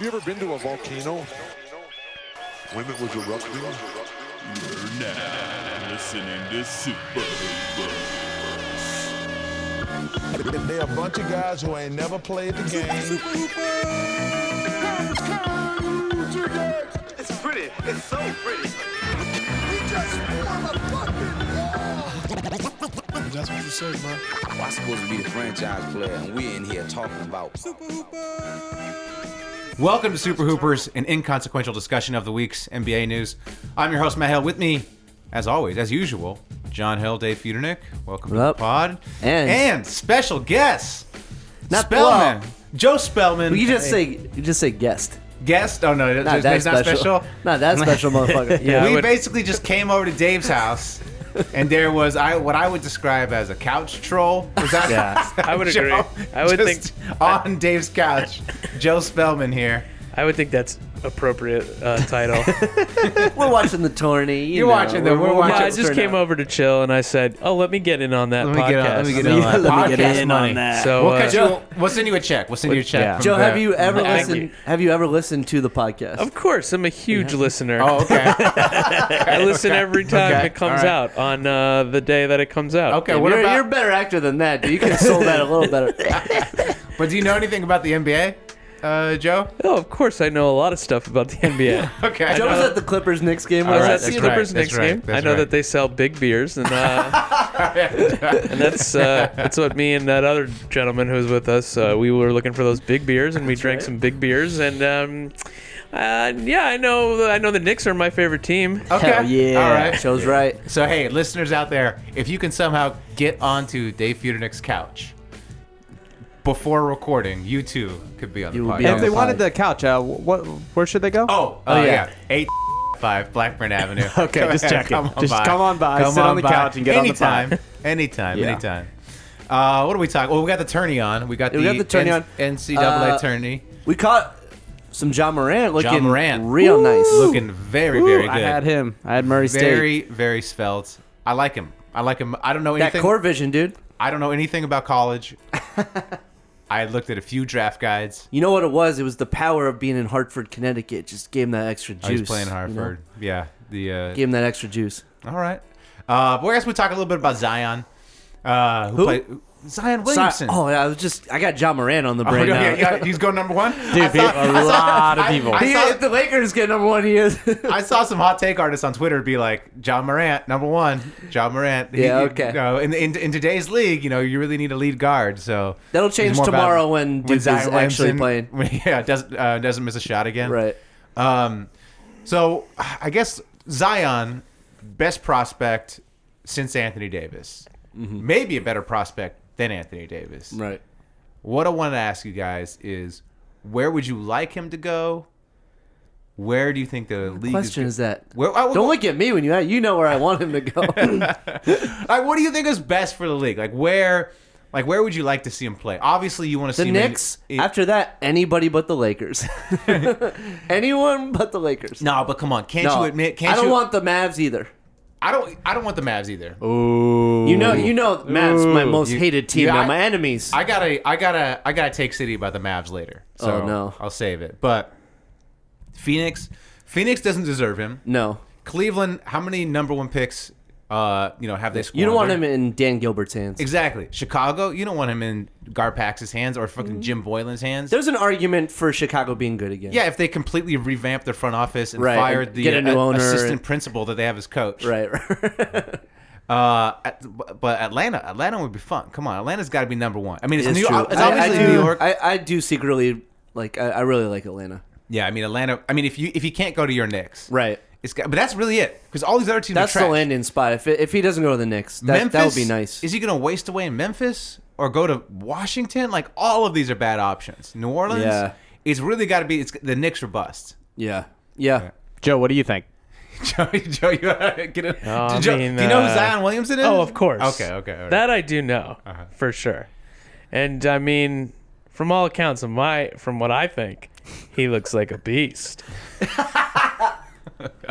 you ever been to a volcano? When it was erupting? You're now listening to Super Hoopers. They're a bunch of guys who ain't never played the game. It's pretty. It's so pretty. I'm supposed to be the franchise player, and we're in here talking about Welcome to Super Hoopers, an inconsequential discussion of the week's NBA news. I'm your host, Matt Hill. With me, as always, as usual, John Hill, Dave Feudernick. Welcome to What the up? pod. And- special guest, Not- Spellman. well- Joe Spellman. But you just Hey. say you just say guest. guest. Oh, no, it's Not that not special. special. Not that special, motherfucker. Yeah. we basically just came over to Dave's house, and there was I what I would describe as a couch troll. Was that Yeah. I would agree. I would Just think- on Dave's couch, Joe Spellman here. I would think that's appropriate uh, title. We're watching the tourney. You You're know, watching the- we're yeah, watching- I just came over to chill, and I said, "Oh, let me get in on that Let me podcast." get on- let me get on that Let me get in on that. So, We'll uh, cut you. We'll send you a check. We'll send you a check. Yeah. from Joe, the- have you ever Thank listened? you. Have you ever listened to the podcast? of course, I'm a huge listener. Oh, okay. I listen every time Okay. it comes All right. out on uh, the day that it comes out. Okay. Damn, What you're, about? you're a better actor than that. Dude. You could have sold that a little better. But do you know anything about the NBA, uh, Joe? Oh, of course, I know a lot of stuff about the NBA. Okay. Joe was at the Clippers Knicks game. I was where at I the seen right, Clippers that's next right, game. I that's know right. that they sell big beers, and uh, and that's uh, that's what me and that other gentleman who was with us. Uh, we were looking for those big beers, and we drank some big beers, and um, uh, yeah, I know I know the Knicks are my favorite team. Okay. Hell yeah. All right. Joe's right. So hey, listeners out there, if you can somehow get onto Dave Feudernick's couch before recording, you too could be on the You will podcast. be on If they the- wanted the couch, uh, what, where should they go? oh, oh yeah, eight five Blackburn Avenue. Okay, Go just checking. Come on Just by. come on by, sit on the couch and get on the pod. anytime, anytime, Yeah. anytime. Uh, what are we talking? Well, we got the tourney on. We got We the, got the tourney on. NCAA Uh, tourney. We caught some John Morant looking John Moran, real nice. looking very, very good. I had him. I had Murray State. very, very spelt. I like him. I like him. I don't know that anything. core vision, dude. I don't know anything about college. I had looked at a few draft guides. You know what it was? It was the power of being in Hartford, Connecticut. Just gave him that extra juice. I was Oh, playing you know? Hartford. Yeah. The uh, Gave him that extra juice. all right. Uh, but I guess we talk a little bit about Zion. Uh, who, Who? played Zion So- Williamson? oh, yeah, I was just I got John Moran on the Oh, brain now. yeah, yeah, he's going number one. I Dude, saw, a lot of people. I He- saw- if the Lakers get number one, he is. I saw some hot take artists on Twitter be like, "John Morant, number one. John Morant." He- Yeah, you okay. know, in, in in today's league, you know, you really need a lead guard. So That'll he's change more valuable. tomorrow when Duke is Zion actually Williamson- playing. yeah, doesn't uh, doesn't miss a shot again. right. Um, so I guess Zion, best prospect since Anthony Davis, maybe a better prospect than Anthony Davis. Mm-hmm. Right. What I want to ask you guys is, where would you like him to go? Where do you think the league Question is that. Where, I, Don't look at me when you you know where I want him to go. like, what do you think is best for the league? Like where, like where would you like to see him play? Obviously, you want to the see Knicks. Him in, in- after that, anybody but the Lakers. Anyone but the Lakers. no, but come on, can't No. you admit? Can't I don't you? want the Mavs either. I don't. I don't want the Mavs either. You know, you know, Mavs my most You- hated team. yeah, now, I- my enemies. I gotta, I gotta, I gotta take City about the Mavs later. So Oh, no. I'll save it. But Phoenix, Phoenix doesn't deserve him. no, Cleveland, how many number one picks, uh, you know, have they? Squandered? you don't want him in Dan Gilbert's hands. Exactly. Chicago, you don't want him in Garpax's hands or Mm-hmm. fucking Jim Boylan's hands. There's an argument for Chicago being good again. yeah, if they completely revamped their front office and Right, fired and the get a new uh, owner assistant and- principal that they have as coach. Right. right. Uh, at- but Atlanta, Atlanta would be fun. Come on, Atlanta's got to be number one. I mean, it's, New York. It's I- obviously I, do, New York. I, I do secretly like. I, I really like Atlanta. Yeah, I mean Atlanta. I mean if you if you can't go to your Knicks, Right. It's got, but that's really it because all these other teams That's are trash. the landing spot. If it, if he doesn't go to the Knicks, that, that would be nice. Is he going to waste away in Memphis or go to Washington? Like all of these are bad options. New Orleans. Yeah. It's really got to be. It's the Knicks are bust. yeah. Yeah. Joe, what do you think? Joe, Joe, you get it? I Joe, mean, do you know who uh, Zion Williamson is? Oh, of course. Okay, okay. all right. Uh-huh. That I do know for sure. And I mean, from all accounts, of my from what I think, he looks like a beast.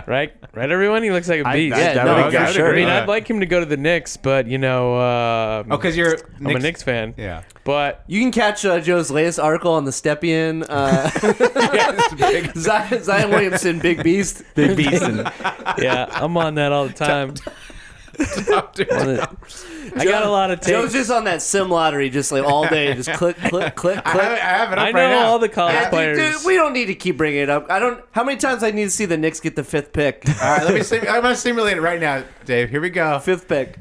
right? Right, everyone. He looks like a beast. that- Yeah, that no, would I be agree. good. I mean, Yeah. I'd like him to go to the Knicks, but you know, uh, Oh, because you're I'm a Knicks fan. Yeah. but You can catch uh, Joe's latest article on the Stepien. Uh, Zion, Zion Williamson, Big Beast. Big beast. And, yeah, I'm on that all the time. On it. I got a lot of Joe's takes. just on that sim lottery, just like all day, just click, click, click, click. I have, it- I have it up I right know now. all the college Yeah, dude, players. dude, we don't need to keep bringing it up. I don't. How many times I need to see the Knicks get the fifth pick? All right, let me. Sim- I'm gonna simulate it right now, Dave. Here we go. fifth pick.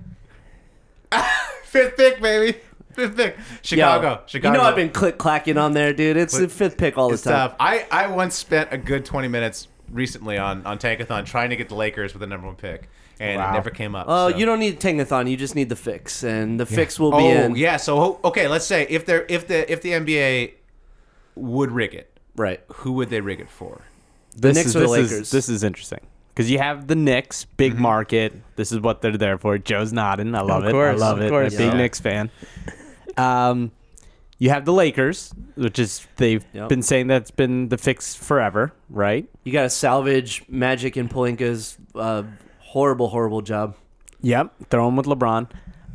Fifth pick, baby. Fifth pick. Yo, Chicago. Chicago. You know I've been click clacking on there, dude. It's the Click. fifth pick all the It's time. tough. I, I once spent a good 20 minutes recently on, on Tankathon trying to get the Lakers with the number one pick, and it never came up. Oh, so. you don't need Tangathon. You just need the fix, and the fix will be Oh in. yeah. So ho- okay, let's say if they if the if the NBA would rig it, Right. who would they rig it for? this Knicks is, or the this is- Lakers? this is interesting. Because you have the Knicks, big market. This is what they're there for. Joe's nodding. I love Of it. I course, love of it. course. A big Yeah. Knicks fan. Um, you have the Lakers, which is they've Yep. been saying that's been the fix forever, right? You got to salvage Magic and Polinka's uh, horrible, horrible job. Yep. Throw them with LeBron.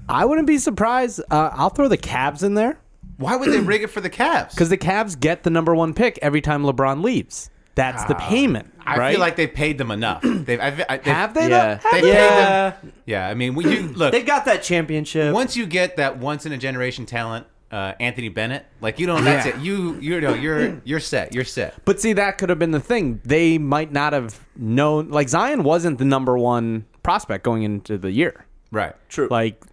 I wouldn't be surprised. Uh, I'll throw the Cavs in there Why would they rig it for the Cavs? because the Cavs get the number one pick every time LeBron leaves. That's the payment, I right? feel like they paid them enough. They've, I've, I, they've have they? Yeah. though? They Have paid they? them. Yeah, I mean, we you, look They got that championship. once you get that once in a generation talent, uh, Anthony Bennett, like you don't. That's Yeah. it. You you know you're you're set. You're set. But see, that could have been the thing. They might not have known. Like Zion wasn't the number one prospect going into the year. Right. True. Like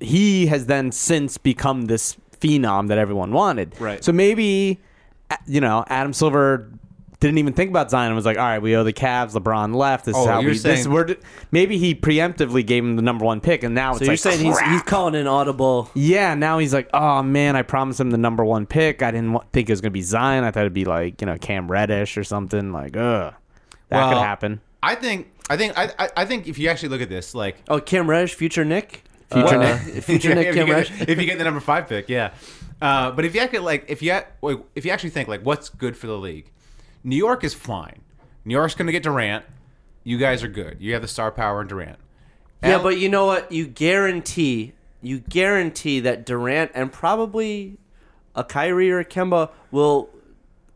he has then since become this phenom that everyone wanted. Right. So maybe, uh, you know, Adam Silver didn't even think about Zion and was like, all right, we owe the Cavs. LeBron left. This Oh, is how you're we. this, saying- we're, d- maybe he preemptively gave him the number one pick, and now it's so you're like, saying he's, he's calling an audible. yeah, now he's like, oh man, I promised him the number one pick. I didn't wa- think it was gonna be Zion. I thought it'd be like you know Cam Reddish or something. Like, ugh, that could Well, happen. I think I think I, I I think if you actually look at this, like Oh, Cam Reddish, future Nick. Future Uh, future Nick if, you Cam get, Reddish. if you get the number five pick, yeah. Uh, but if you actually like, if you act- like, if you actually think like, what's good for the league? New York is fine. New York's going to get Durant. You guys are good. You have the star power in Durant. Yeah, Al- but you know what? You guarantee, you guarantee that Durant and probably a Kyrie or a Kemba will.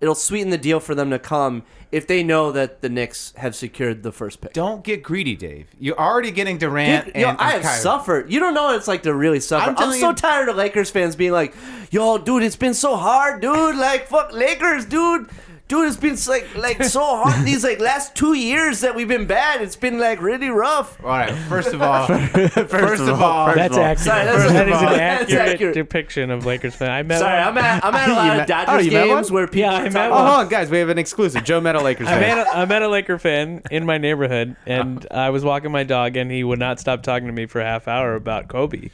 It'll sweeten the deal for them to come if they know that the Knicks have secured the first pick. don't get greedy, Dave. You're already getting Durant. Dude, and, yo, and I have Kyrie. suffered. You don't know what it's like to really suffer. I'm I'm, telling so you- tired of Lakers fans being like, "Yo, dude, it's been so hard, dude. Like, fuck Lakers, dude." Dude, it's been like like so hard these like last two years that we've been bad. It's been like really rough. All right. First of all, first, of all, that's accurate. Sorry, that's- First of all, that's an accurate, accurate. depiction of Lakers fan. I met. Sorry, one- I'm at I'm at a You lot of met- Dodgers oh, you met games one? where people Yeah, are I met talking one. Oh, Uh-huh. about- hold on, guys, we have an exclusive. Joe Meta Lakers I fan. met, a, I met a Laker fan in my neighborhood, and I was walking my dog, and he would not stop talking to me for a half hour about Kobe.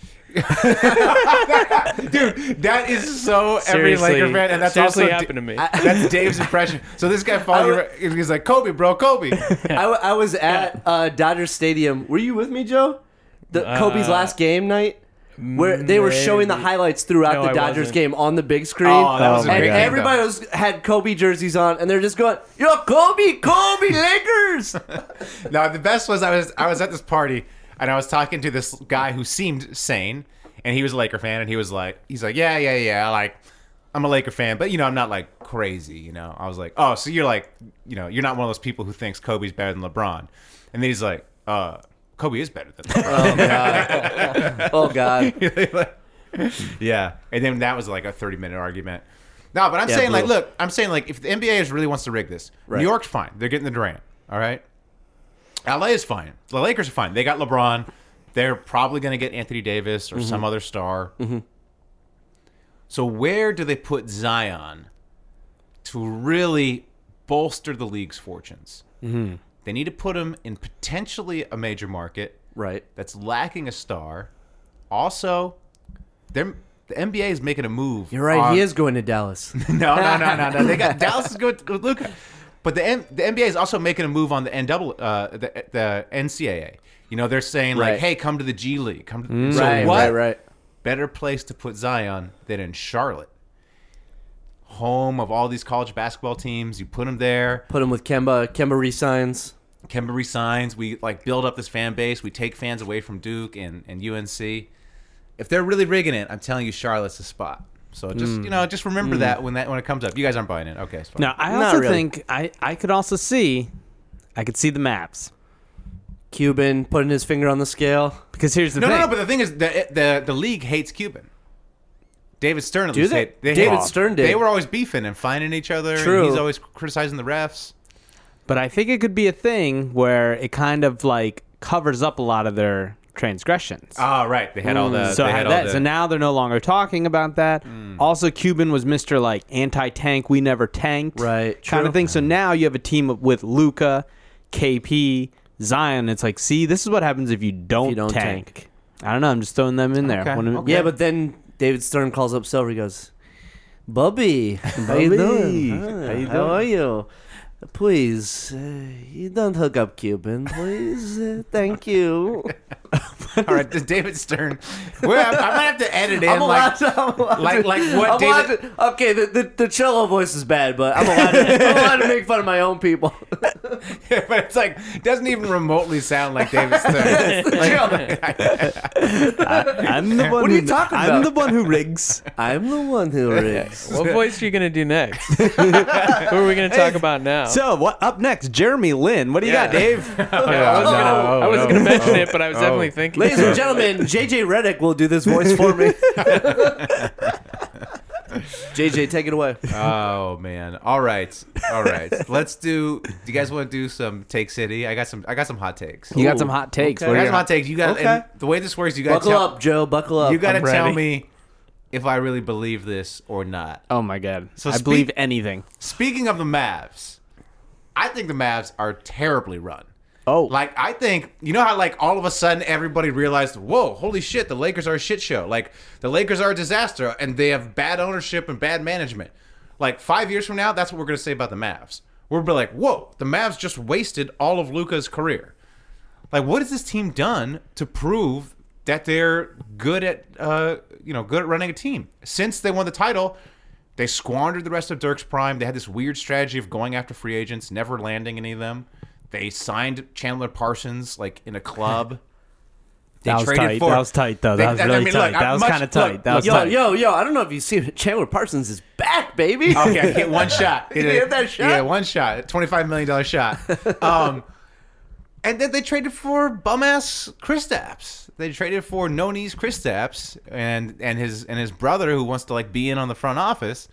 dude, that is so Seriously, every Laker fan, and that's seriously also happened to me. That's Dave's impression. So this guy followed you. right- He's like Kobe, bro, Kobe. I, w- I was at uh, Dodger Stadium. Were you with me, Joe? The Kobe's Uh, last game night, where they were showing the maybe. highlights throughout No, the I Dodgers wasn't. game on the big screen. Oh, that was a and great game, everybody though. was had Kobe jerseys on, and they're just going, "Yo, Kobe, Kobe, Lakers!" Now the best was I was I was at this party and I was talking to this guy who seemed sane and he was a Laker fan and he was like he's like yeah yeah yeah like I'm a Laker fan but you know I'm not like crazy you know I was like oh so you're like you know you're not one of those people who thinks Kobe's better than LeBron and then he's like uh Kobe is better than LeBron oh God, yeah and then that was like a 30 minute argument no but I'm Yeah, saying like brutal. look I'm saying like if the NBA is really wants to rig this Right. New York's fine they're getting the Durant all right LA is fine. The Lakers are fine. They got LeBron. They're probably going to get Anthony Davis or Mm-hmm. some other star. So where do they put Zion to really bolster the league's fortunes? Mm-hmm. They need to put him in potentially a major market right? that's lacking a star. Also, they're, the NBA is making a move. You're right. on- he is going to Dallas. no, no, no, no, no. They got Dallas is good with Luca, but the N, the NBA is also making a move on the NW, uh, the, the NCAA. You know, they're saying like, Right. Mm. "Hey, come to the G League." Come to so right, what right, right. better place to put Zion than in Charlotte, home of all these college basketball teams? You put him there. Put him with Kemba. Kemba resigns. Kemba resigns. We like build up this fan base. We take fans away from Duke and, and UNC. If they're really rigging it, I'm telling you, Charlotte's the spot. So just you know, just Mm. remember that when that when it comes up. You guys aren't buying it. Okay, it's fine. Now, I Not also really. think I, I could also see, I could see the maps Cuban putting his finger on the scale. because here's the no, thing. no, no. But the thing is, the the, the league hates Cuban. David Stern at Do least they? hate- they David hate- Stern did. They were always beefing and finding each other. True. And he's always criticizing the refs. But I think it could be a thing where it kind of like covers up a lot of their transgressions. Ah, right. They had all the. Mm. so they I had had all that. the- Mm. So now they're no longer talking about that. Also, Cuban was Mister like anti-tank. We never tanked, Right, Kind true. of thing. So now you have a team of- with Luca, KP, Zion. It's like, see, this is what happens if you don't, don't tank. tank. I don't know. I'm just throwing them in there. Okay, One- okay. Yeah, but then David Stern calls up Silver. He goes, "Bubby, how you Bubby, doing? how Hi, you How are you? Please, uh, you don't hook up Cuban, please. Uh, thank you. all right, this David Stern. Well, I'm, I'm gonna have to edit in like, to- I'm allowed like, to- like what I'm allowed David. to- okay, the, the the cello voice is bad, but I'm allowed, to, I'm allowed to make fun of my own people. but it's like it doesn't even remotely sound like David Stern. I'm the one. What are who, you talking I'm about? the one who rigs. I'm the one who rigs. What voice are you gonna do next? Who are we gonna talk about now? So what up next? Jeremy Lin. What do you got, Dave? Yeah, I wasn't gonna, Oh, I wasn't no. gonna mention it, but I was Oh. definitely thinking. Ladies and gentlemen, JJ Reddick will do this voice for me. JJ, take it away. Oh man! All right, all right. Let's do. Do you guys want to do some Take City? I got some. I got some hot takes. you got some hot takes. okay. What I do got you some hot takes. You got. Okay. And the way this works, you got to Buckle tell. up, Joe. Buckle up. You got to I'm tell ready. me if I really believe this or not. Oh my god. So I speak- believe anything. Speaking of the Mavs, I think the Mavs are terribly run. Oh. Like I think you know how like all of a sudden everybody realized, whoa, holy shit, the Lakers are a shit show. Like the Lakers are a disaster, and they have bad ownership and bad management. Like five years from now, that's what we're gonna say about the Mavs. We're gonna be like, whoa, the Mavs just wasted all of Luca's career. Like, what has this team done to prove that they're good at uh, you know good at running a team? Since they won the title, they squandered the rest of Dirk's prime. They had this weird strategy of going after free agents, never landing any of them. They signed Chandler Parsons like in a club. They That was traded tight. for- That was tight, though. That was I really mean, tight. look, That I'm was much- kinda tight. look, That was look, yo, tight. yo, yo! I don't know if you've seen it. Chandler Parsons is back, baby. Okay, hit one shot. He hit that shot? Yeah, one shot. Twenty-five million dollar shot. Um, and then they traded for bum ass Kristaps. They traded for no knees Kristaps and and his and his brother who wants to like be in on the front office.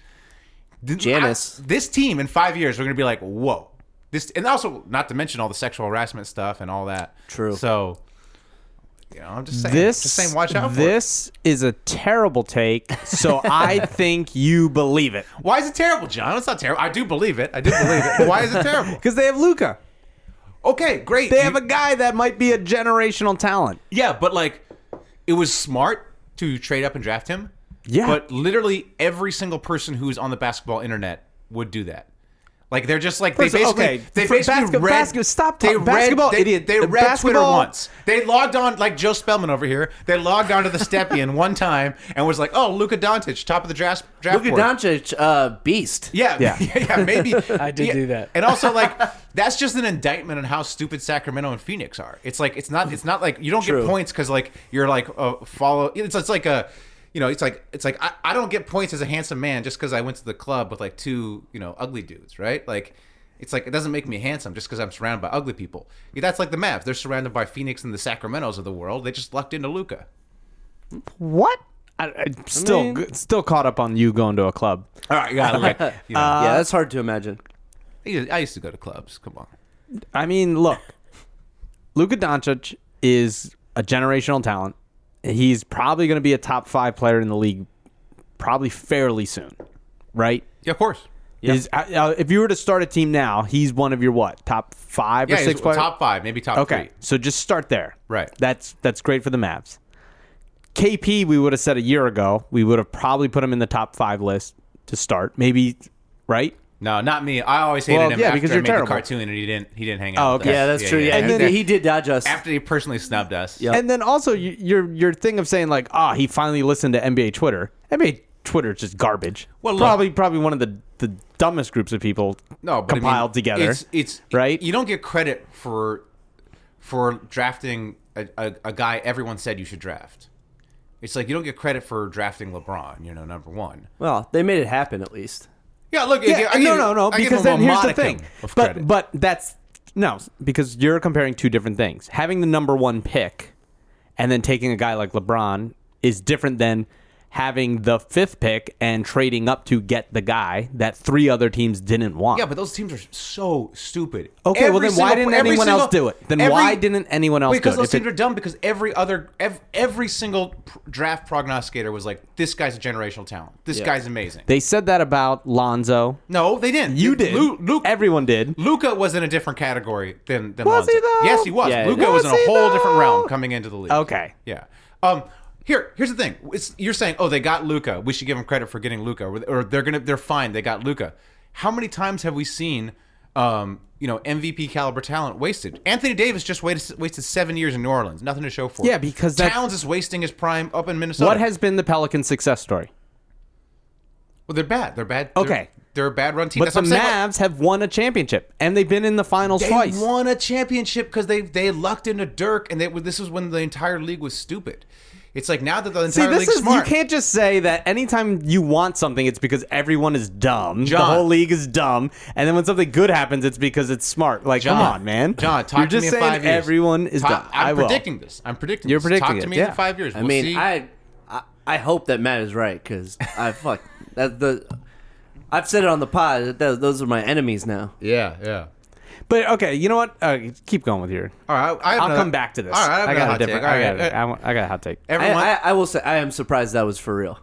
Th- Janis. I- this team in five years, we're gonna be like, whoa. This and also not to mention all the sexual harassment stuff and all that. True. So. You know, I'm just saying. This just saying. Watch out for it. This is a terrible take. So I think you believe it Why is it terrible, John? It's not terrible. I do believe it. I do believe it. But Why is it terrible? because they have Luca. Okay, great. They You- have a guy that might be a generational talent. Yeah, but like, it was smart to trade up and draft him. Yeah. But literally every single person who's on the basketball internet would do that. Like they're just like First they of- basically okay, they for basically basket- read basket- stop they talking- read- basketball, they, idiot. They The read Twitter basketball- once. They logged on like Joe Spellman over here. They logged on to the Stepien one time and was like, "Oh, Luka Doncic, top of the draft draft Luka board." Doncic, uh, beast. Yeah, yeah, Yeah. yeah, maybe. I did do that. And also, like, that's just an indictment on how stupid Sacramento and Phoenix are. It's like it's not. It's not like you don't True. get points because like you're like a follow. It's it's like a. You know, it's like it's like I, I don't get points as a handsome man just because I went to the club with like two you know ugly dudes, right? Like, it's like it doesn't make me handsome just because I'm surrounded by ugly people. Yeah, That's like the Mavs; they're surrounded by Phoenix and the Sacramentos of the world. They just lucked into Luca. What? I, I still mean- g- still caught up on you going to a club. All right, yeah, like, you know, yeah, that's hard to imagine. Uh, I used to go to clubs. Come on, I mean, look, Luka Doncic is a generational talent. He's probably going to be a top five player in the league, probably fairly soon, right? yeah, of course. Is uh, uh, if you were to start a team now, he's one of your what top five Yeah, or six he's players? top five, maybe top okay, three. so just start there. Right. That's that's great for the Mavs. KP, we would have said a year ago, we would have probably put him in the top five list to start. Maybe, right? No, not me. I always hated Well, him yeah, after because I you're made terrible. the cartoon and he didn't he didn't hang out. Oh, with okay. us. Yeah, that's true. Yeah, And he, then- he did dodge us. After he personally snubbed us. Yep. And then also y- your your thing of saying like, ah, he finally listened to NBA Twitter. NBA Twitter is just garbage. Well, look- probably probably one of the the dumbest groups of people no, but I mean, compiled together. It's, it's right? You don't get credit for for drafting a, a, a guy everyone said you should draft. It's like you don't get credit for drafting LeBron. You know, number one. Well, they made it happen at least. Yeah, look. yeah, I, I no, give- no, no. I give Because him a then here's the modicum thing. of But credit. but that's no, because you're comparing two different things. Having the number one pick, and then taking a guy like LeBron is different than having the fifth pick and trading up to get the guy that three other teams didn't want. Yeah, but those teams are so stupid. Okay, well, then why didn't every anyone else do it? Then why didn't anyone else because do it? Because If those teams are dumb. Because every other every, every single pr- draft prognosticator was like, "This guy's a generational talent. This guy's amazing." they said that about Lonzo. no, they didn't. You did. Lu- Luke. Everyone did. Luca was in a different category than than Was he, Lonzo. though? Yes, he was. Yeah, Luca was, was in a he, whole different though? realm coming into the league. Okay. Yeah. Um. Here, here's the thing. It's, you're saying, oh, they got Luca. We should give them credit for getting Luca, or, or they're gonna, they're fine. They got Luca. How many times have we seen, um, you know, MVP caliber talent wasted? Anthony Davis just wasted, wasted seven years in New Orleans, nothing to show for. Yeah, it. because that's- Towns is wasting his prime up in Minnesota. What has been the Pelican success story? Well, they're bad. They're bad. they're- Okay. They're, a bad run team. But That's the what I'm saying. Like, Mavs have won a championship, and they've been in the finals They twice. won a championship because they they lucked into Dirk, and they this is when the entire league was stupid. It's like now that the entire See, this league's is smart. you can't just say that anytime you want something, it's because everyone is dumb. John. The whole league is dumb, and then when something good happens, it's because it's smart. Like, come John, on, man. John, talk You're to just me in saying five years. everyone is Talk- dumb. I'm I will. predicting this. I'm predicting. You're this. predicting Talk to it, me yeah. in five years. I We'll mean, see. I, I I hope that Matt is right because I fuck that the I've said it on the pod. That those- those are my enemies now. yeah, yeah. But okay, you know what? Uh, keep going with your. All right, I, I have I'll another- come back to this. All right, I, have I got a another different. hot I take. got. All a- I want- I got a hot take. I, Everyone, I, I will say I am surprised that was for real.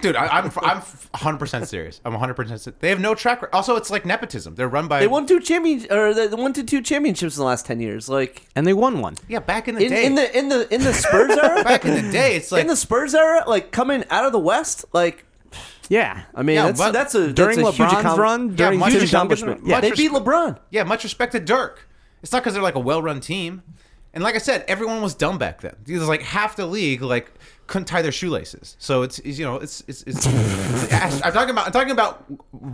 dude, I, I'm I'm 100 percent serious. I'm 100 percent. They have no track. record. Also, it's like nepotism. They're run by. They won two champion or they won to two championships in the last ten years. Like And they won one. Yeah, back in the in, day. in the in the in the Spurs era, back in the day, it's like in the Spurs era, like coming out of the West, like Yeah, I mean, Yeah, that's but that's a during that's a huge LeBron's accom- run, during much Tim respect- accomplishment. much Yeah. They beat respect- LeBron. Yeah, much respect to Dirk. It's not because they're like a well-run team, and like I said, everyone was dumb back then. It was like half the league like couldn't tie their shoelaces. So it's, it's, you know it's it's, it's I'm talking about I'm talking about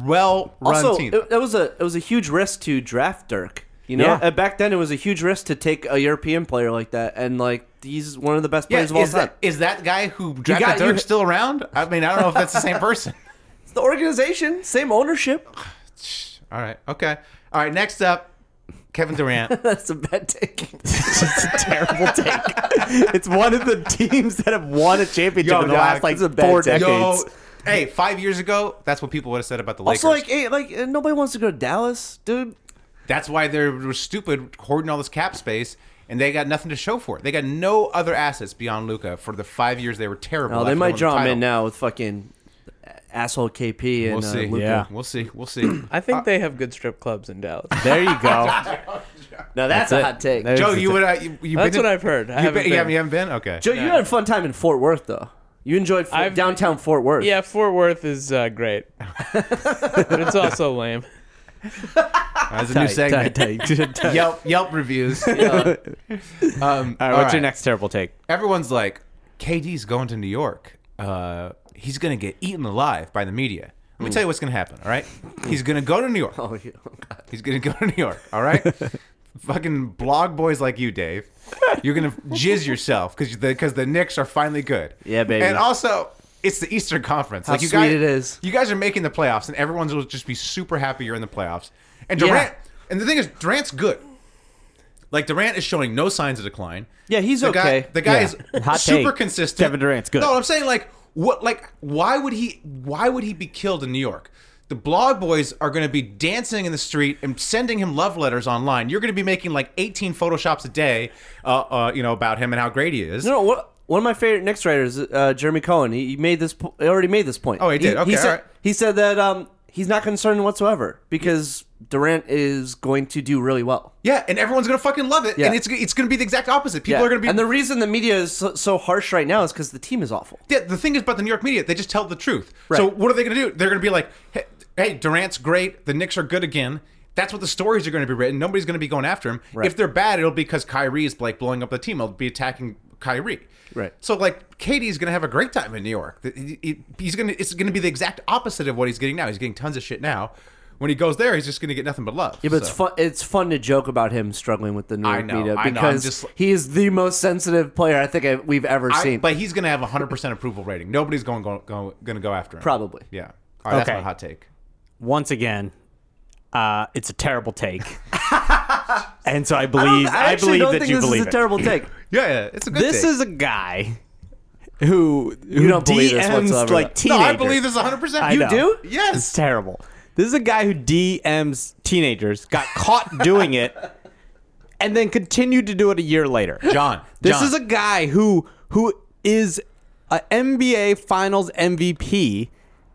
well-run also, uh, teams. it, that was a it was a huge risk to draft Dirk. You know, Yeah. And back then it was a huge risk to take a European player like that, and like he's one of the best yeah, players is, of all time. that, is that guy who drafted got- Dirk you- still around? I mean, I don't know if that's the same person. It's the organization, same ownership. All right, okay, all right. Next up, Kevin Durant. That's a bad take. it's a terrible take. It's one of the teams that have won a championship Yo, in the dog, last like it's a bad four take. decades. Yo, hey, five years ago, that's what people would have said about the Lakers. also, like eh, like eh, nobody wants to go to Dallas, dude. That's why they were stupid hoarding all this cap space, and they got nothing to show for it. They got no other assets beyond Luca for the five years they were terrible. No, Oh, they after might winning draw the him in title. now with fucking asshole KP and We'll see. uh, Luka. Yeah. We'll see. We'll see. I think they have good strip clubs in Dallas. There you go. Now that's, a it. hot take. There- Joe, you would. Uh, you, you That's been to- what I've heard. I you, haven't been, you been. haven't, you haven't been? Okay. Joe, you had a fun time in Fort Worth though. You enjoyed Fort- I've- downtown Fort Worth. Yeah, Fort Worth is uh, great, but it's also lame. That's a new segment. Tight, tight, tight. Yelp, Yelp reviews. Um, All right, what's your next terrible take? Everyone's like, KD's going to New York. Uh, he's gonna get eaten alive by the media. Let me tell you what's gonna happen. All right, he's gonna go to New York. Oh, yeah. He's gonna go to New York. All right. Fucking blog boys like you, Dave. You're gonna jizz yourself because the because the Knicks are finally good. Yeah, baby. And also, it's the Eastern Conference. How like you sweet guys, it is. You guys are making the playoffs, and everyone will just be super happy you're in the playoffs. And Durant. And the thing is, Durant's good. Like Durant is showing no signs of decline. Yeah, he's the okay. Guy, the guy Yeah. is Hot super take. consistent. Kevin Durant's good. No, I'm saying like what like why would he why would he be killed in New York? The blog boys are going to be dancing in the street and sending him love letters online. You're going to be making like 18 photoshops a day, uh, uh, you know, about him and how great he is. No, no, what, one of my favorite Knicks writers, uh, Jeremy Cohen, he, he made this. Po- he already made this point. Oh, he did? Okay, he, said, all right. he said that um, he's not concerned whatsoever because Durant is going to do really well. Yeah, and everyone's going to fucking love it, Yeah. and it's it's going to be the exact opposite. People Yeah. are going to be. and the reason the media is so, so harsh right now is because the team is awful. Yeah, the thing is about the New York media, they just tell the truth. So Right. what are they going to do? They're going to be like, hey, hey, Durant's great. The Knicks are good again. That's what the stories are going to be written. Nobody's going to be going after him. Right. If they're bad, it'll be because Kyrie is like blowing up the team. They'll be attacking Kyrie. Right. So like Katie's going to have a great time in New York. Th- he- he- He's going to it's going to be the exact opposite of what he's getting now. He's getting tons of shit now. When he goes there, he's just going to get nothing but love. Yeah, but it's So- fun. It's fun to joke about him struggling with the New I York know, media I know, I'm because just- he is the most sensitive player I think I, we've ever I- seen. but he's going to have 100% approval rating. Nobody's going go, go, going to go after him. Probably. Yeah. All right, that's Okay. my hot take. Once again, uh, it's a terrible take. and so I believe I I, actually believe don't that think you this believe is a it. terrible take. Yeah, yeah, it's a good this take. is a guy who, who don't believe this DMs whatsoever. like No, teenagers. I believe this 100%. I you know. do? Yes. It's terrible. This is a guy who DMs teenagers, got caught doing it, and then continued to do it a year later. John. This John. is a guy who who is a NBA Finals MVP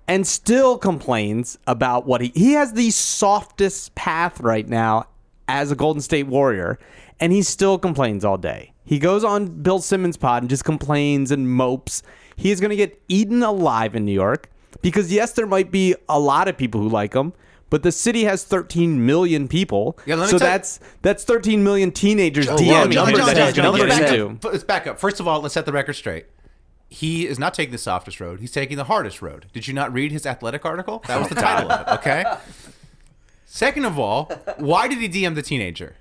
and still complains about what he he has the softest path right now as a Golden State Warrior, and he still complains all day. He goes on Bill Simmons' pod and just complains and mopes. He is going to get eaten alive in New York because yes, there might be a lot of people who like him. But the city has 13 million people, Yeah, let me so tell- that's that's 13 million teenagers Oh, DMing wow, him John, numbers John, that John, he's John, John, gonna numbers get let's, that- into. back up. let's back up. First of all, let's set the record straight. He is not taking the softest road. He's taking the hardest road. Did you not read his athletic article? That was the title of it, okay? Second of all, why did he DM the teenager?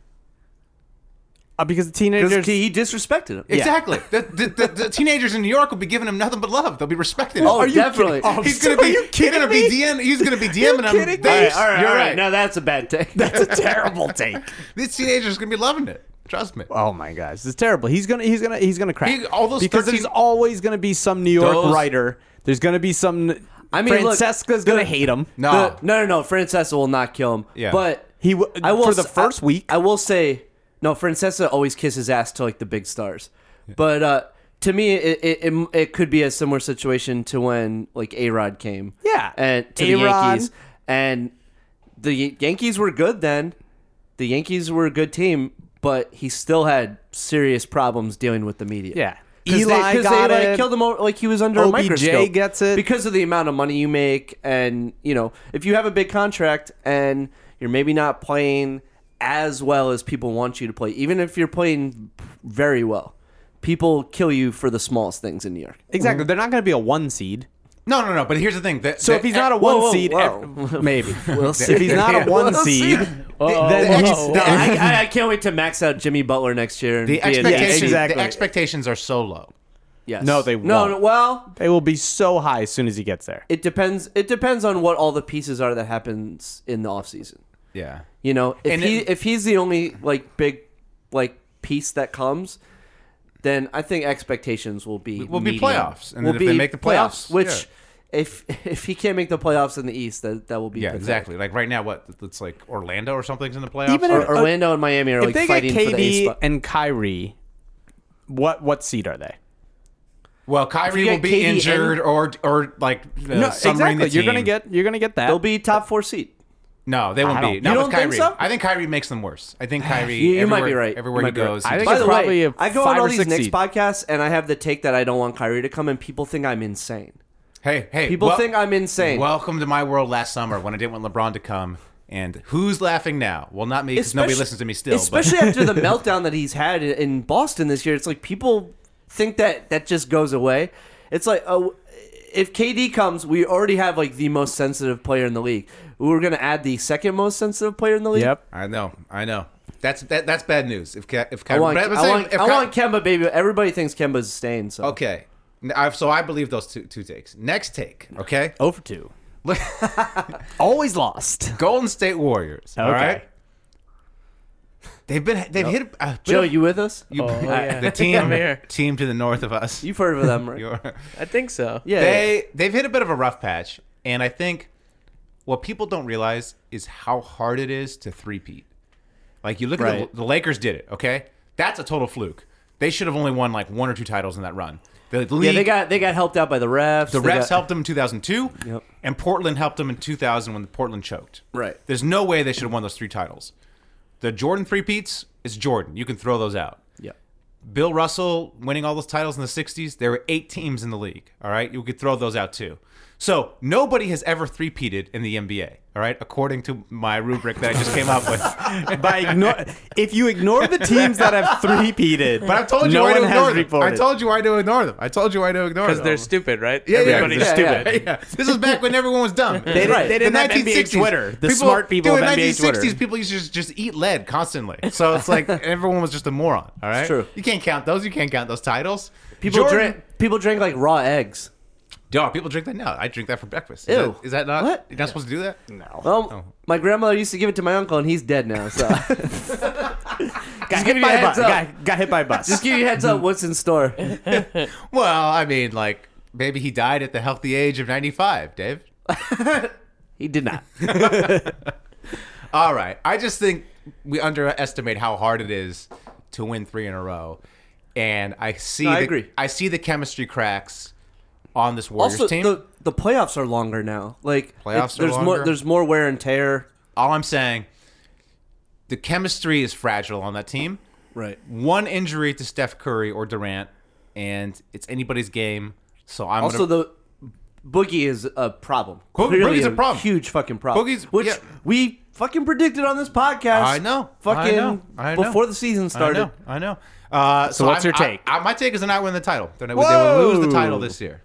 Uh, because the 'Cause teenagers. He disrespected him. Exactly. The, the, the, the teenagers in New York will be giving him nothing but love. They'll be respecting him. Oh, Are you definitely. kidding? Oh, he's gonna so- be. are you He's gonna be kidding me? DM. He's gonna be DMing him. kidding me? All right, Thanks. all right, You're all right. right. Now that's a bad take. That's a terrible take. These teenagers are gonna be loving it. Trust me. Oh my gosh, it's terrible. He's gonna he's gonna he's gonna crack. He- all those because 13 there's always gonna be some New York Those- writer. There's gonna be some. I mean, look, Francesca's the- gonna hate him. No. The- no, no, no. Francesca will not kill him. Yeah. But He w- I will for the s- first I- week. I will say no. Francesca always kisses ass to like the big stars, but uh, to me, it, it it it could be a similar situation to when like A Rod came. Yeah. And to the A-Rod. Yankees, and the Yan- Yankees were good then. The Yankees were a good team, but he still had serious problems dealing with the media. Yeah. 'Cause Eli they, 'cause got they, like, it. killed him over, like he was under a OBJ microscope. gets because it. because of the amount of money you make and you know if you have a big contract and you're maybe not playing as well as people want you to play even if you're playing very well people kill you for the smallest things in new york exactly. They're not gonna be a one seed. No, no, no. But here's the e- thing. That, So if he's not a whoa, one whoa, seed, whoa. ev- maybe. If he's not a one We'll see. seed, then the he's- ex- no, I, I, I can't wait to max out jimmy butler next year and the be in the expectations, AD. exactly. the expectations are so low. yes. No, they no, won't. no well they will be so high as soon as he gets there. it depends it depends on what all the pieces are that happens in the offseason Yeah. You know, if And he it- if he's the only like big like piece that comes, then I think expectations will be Will be medium. playoffs, and then if they make the playoffs, which if if he can't make the playoffs in the East, that that will be Yeah, pathetic. exactly. Like right now, what it's like Orlando or something's in the playoffs. Even or, if- Or- Orlando and Miami are uh, like If they get fighting for the eighth KD spot. and Kyrie, what what seed are they? well, Kyrie you will get be KD and- injured or or like uh, summary in the You're gonna team. get you're gonna get that. They'll be top four seed. No, they won't don't- be. You Not don't with think Kyrie. so? I think Kyrie makes them worse. I think Kyrie. You- you might everywhere- be right. Everywhere You he might be right. goes, I he think By it's the probably way, a I go on five all or these six Knicks seed. podcasts and I have the take that I don't want Kyrie to come, and people think I'm insane. Hey, hey. People think I'm insane. Welcome to my world last summer when I didn't want LeBron to come. And who's laughing now? Well, not me, because nobody Especially- listens to me still. Especially after the meltdown that he's had in- in Boston this year, it's like people think that that just goes away. It's like oh, if KD comes, we already have like the most sensitive player in the league. We're going to add the second most sensitive player in the league. Yep. but I know, I know. That's that, that's bad news. If Ky- if I Kyrie, want, but I'm I, saying want, if I Ky- want Kemba, baby. Everybody thinks Kemba's staying. So Okay. N- I- So I believe those two two takes. Next take, okay? over two. Look, Always lost. Golden State Warriors. All Okay. right. They've been they've hit a bit Joe, of- you with us? you- Oh, yeah. the I'm team here. team to the north of us. You've heard of them, right? You're- I think so. yeah. they they've hit a bit of a rough patch, and I think what people don't realize is how hard it is to threepeat. Like you look at Right. the, the Lakers did it, okay? That's a total fluke. They should have only won like one or two titles in that run. The yeah, league they got they got helped out by the refs. The They refs got- helped them in 2002, Yep. and Portland helped them in 2000 when Portland choked. Right. There's no way they should have won those three titles. The Jordan three peats is Jordan. You can throw those out. Yeah. Bill Russell winning all those titles in the 60s, there were eight teams in the league. All right. You could throw those out too. So nobody has ever three-peated in the NBA. All right, according to my rubric that I just came up with. By ignore, if you ignore the teams that have three peated, But I told you no I one to has ignore them. I reported. told you I to ignore them. I told you I to ignore them. Because they're stupid, right? Yeah, yeah, Everybody's yeah, stupid. yeah, yeah. This is back when everyone was dumb. They didn't- they didn't The have NBA 1960s, Twitter. The smart people dude, of in NBA 1960s, Twitter. people used to just, just eat lead constantly. So it's like everyone was just a moron. All right, true. You can't count those. You can't count those titles. People Jordan- drink. People drink like raw eggs. Dog, people drink that now. I drink that for breakfast. Is Ew. that- is that not? What? You're not supposed to do that. Well, my grandmother used to give it to my uncle, and he's dead now. So got give hit you by a a heads bus. up. Got, got hit by a bus. just give you a heads up what's in store. Well, I mean, like maybe he died at the healthy age of 95, Dave. He did not. All right. I just think we underestimate how hard it is to win three in a row, and I see. I the, agree. I see the chemistry cracks on this Warriors also, team. the the playoffs are longer now. Like Playoffs it- are there's more. longer? There's more wear and tear. All I'm saying, the chemistry is fragile on that team. Right. One injury to Steph Curry or Durant, and it's anybody's game. So I'm Also, gonna, the Boogie is a problem. Bo- Clearly Boogie's a problem. Huge fucking problem. Boogie's- which yeah. we fucking predicted on this podcast. I know. Fucking I know. I know. before the season started. I know. I know. Uh, so, what's I'm- your take? I, I, my take is they're not winning the title. They're not, they will lose the title this year.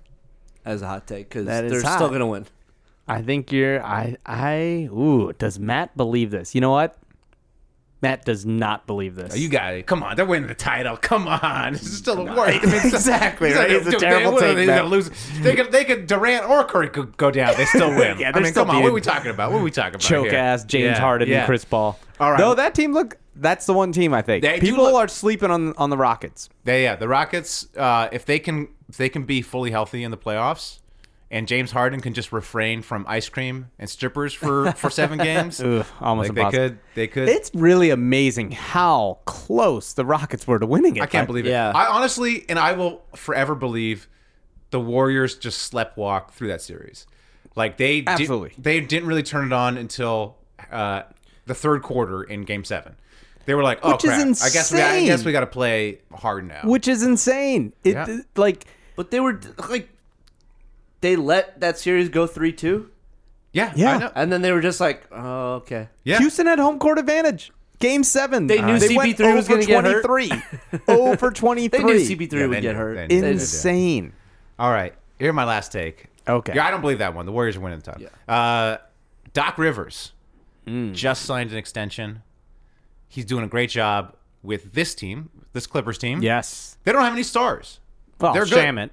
As a hot take because That is they're hot. still gonna win. I think you're. I. I. Ooh. Does Matt believe this? You know what? Matt does not believe this. You got it. Come on, they're winning the title. Come on, this is still a war. I mean, it's- Exactly, right? It's a they- terrible what are They, take, gonna Matt. lose. They could, they could Durant or Curry could go down. They still win. Yeah, I they're mean, still come on. What beating are we talking about? What are we talking about? choke here? ass James Yeah, Harden yeah. and Chris Paul. All right. Though that team look that's the one team I think. They do People look- are sleeping on on the Rockets. They, yeah, the Rockets. Uh, if they can, if they can be fully healthy in the playoffs, and James Harden can just refrain from ice cream and strippers for for seven games, Ugh, almost like they impossible. could, they could. It's really amazing how close the Rockets were to winning it. I can't believe it. yeah. I honestly, and I will forever believe the Warriors just sleptwalk through that series. Like they di- Absolutely. they didn't really turn it on until uh, the third quarter in Game Seven. They were like, "Oh Which is crap! I guess we, I insane. guess we got to play hard now." Which is insane. It Yeah. like But they were d- like, they let that series go three two, yeah, Yeah. I know. and then they were just like, oh okay. yeah. Houston had home court advantage. Game seven. They knew went CP3 was over gonna get hurt. 23. over 23. They knew CP3 Yeah, they would get knew. They hurt. knew. They just- Insane. All right, here my last take. Okay. yeah, I don't believe that one. The Warriors are winning the title. Uh, Doc Rivers just signed an extension. He's doing a great job with this team, this Clippers team. Yes. They don't have any stars. Well, They're good. Shaman.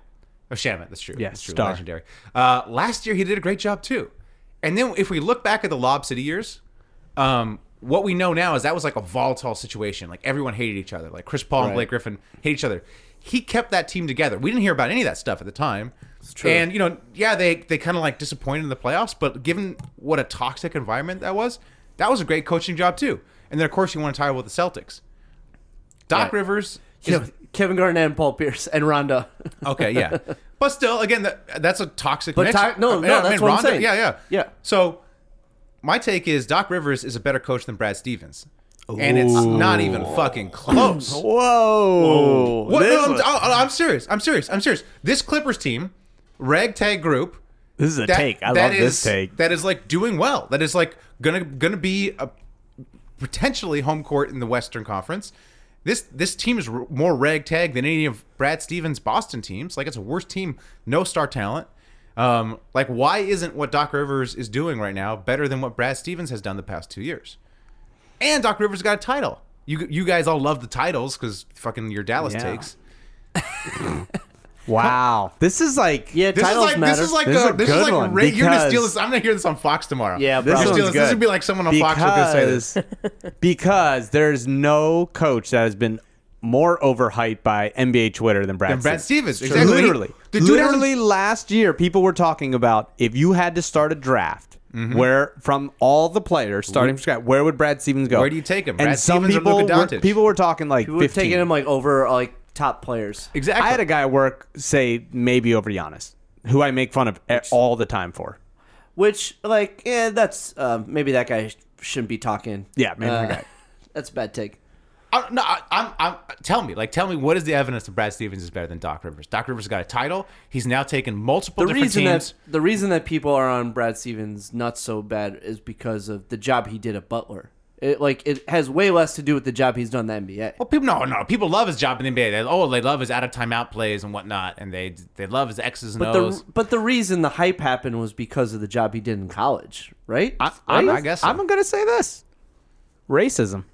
Oh, Shaman, that's true. Yeah, that's true. star. Legendary. Uh, last year, he did a great job too. And then if we look back at the Lob City years, um, what we know now is that was like a volatile situation. Like everyone hated each other. Like Chris Paul and Blake Griffin hate each other. He kept that team together. We didn't hear about any of that stuff at the time. It's true. And you know, yeah, they they kind of like disappointed in the playoffs, but given what a toxic environment that was, that was a great coaching job too. And then of course you want to tie with the Celtics. Doc Rivers You know, Kevin Garnett and Paul Pierce and Rondo. Okay, yeah. but still, again, that, that's a toxic But mix. to- no, no, that's what I'm saying. Yeah, yeah. Yeah. So my take is Doc Rivers is a better coach than Brad Stevens. And it's not even fucking close. Whoa. what? This, No, I'm, was- I- I'm serious. I'm serious. I'm serious. This Clippers team, ragtag group, this is a that- take. I that love this is- take. That is like doing well. That is like gonna gonna be a potentially home court in the Western Conference. This this team is r- more ragtag than any of Brad Stevens' Boston teams. Like it's a worse team, no star talent. Um, like why isn't what Doc Rivers is doing right now better than what Brad Stevens has done the past two years? And Doc Rivers got a title. You you guys all love the titles because fucking your Dallas Yeah. takes. Wow. This is like Yeah, This is titles like matter. this is like This is a, a this is good like one, ra- you're gonna steal because- this. I'm gonna hear this on Fox tomorrow. Yeah, You're This gonna steal one's this. This good. would be like someone on Fox will because, say this. because there's no coach that has been more overhyped by NBA Twitter than Brad, Than Brad Stevens, Sure. exactly. Literally. The dude hasn't- literally last year, people were talking about if you had to start a draft Mm-hmm. where from all the players starting from scratch, where would Brad Stevens go? Where do you take him? And Brad some Stevens or people, Luka were, Doncic? people were talking like We're 15. taking him like over uh, like top players. Exactly. I had a guy at work say maybe over Giannis, who I make fun of e- all the time for. Which, like, yeah, that's um, maybe that guy sh- shouldn't be talking. Yeah, maybe that guy. That's a bad take. I, no, I, I'm, I'm. Tell me, like, tell me, what is the evidence that Brad Stevens is better than Doc Rivers? Doc Rivers got a title. He's now taken multiple The different reason teams. that the reason that people are on Brad Stevens not so bad is because of the job he did at Butler. It like it has way less to do with the job he's done in the NBA. Well, people no, no. People love his job in the NBA. They, oh, they love his out of timeout plays and whatnot, and they they love his X's and But O's. the but the reason the hype happened was because of the job he did in college, right? I, I'm- I'm, I guess so. I'm gonna say this: racism,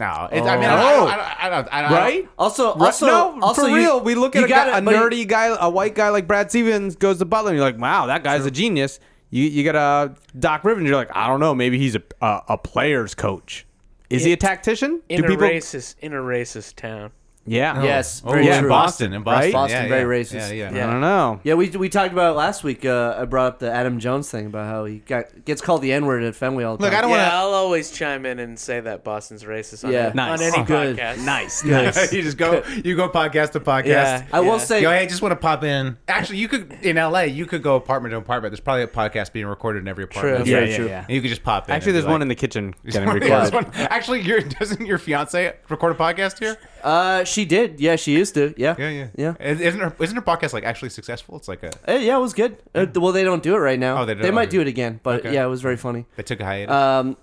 no, it, I mean, I don't, I don't, I don't, I don't right? Also, Right? also, no, also for you- real. We look at you a, guy- gotta- a but you- nerdy guy, a white guy like Brad Stevens goes to Butler, and you're like, wow, that guy's a genius. You you got a Doc Rivers, you're like, I don't know, maybe he's a a, a player's coach. Is he a tactician? in a racist in a racist town. Yeah. Yes, Oh, very yeah, in true. Boston, in Boston, Right? yeah, Boston, very yeah, racist. Yeah, yeah. I Yeah. don't know. Yeah, we, we talked about it last week. Uh, I brought up the Adam Jones thing about how he got gets called the N word at Fenway all the Look, I time. don't yeah, want I'll always chime in and say that Boston's racist. On Yeah. any- Nice. on any Good. podcast. Nice. to. you just go, you go podcast to podcast. Yeah, I will yeah. say, Yo, hey, just want to pop in. Actually, you could in LA, you could go apartment to apartment. There's probably a podcast being recorded in every apartment. True. Yeah, Very yeah, true. yeah. And you could just pop in. Actually, there's one in the kitchen getting there's recorded. one. Actually, your doesn't your fiance record a podcast here? uh, she did. Yeah, she used to. Yeah, yeah. Is- Isn't her isn't her podcast like actually successful? It's like a Eh, yeah, it was good. Uh, well, they don't do it right now. Oh, they don't? They might Okay. do it again, but Okay. yeah, it was very funny. they took a hiatus. Um,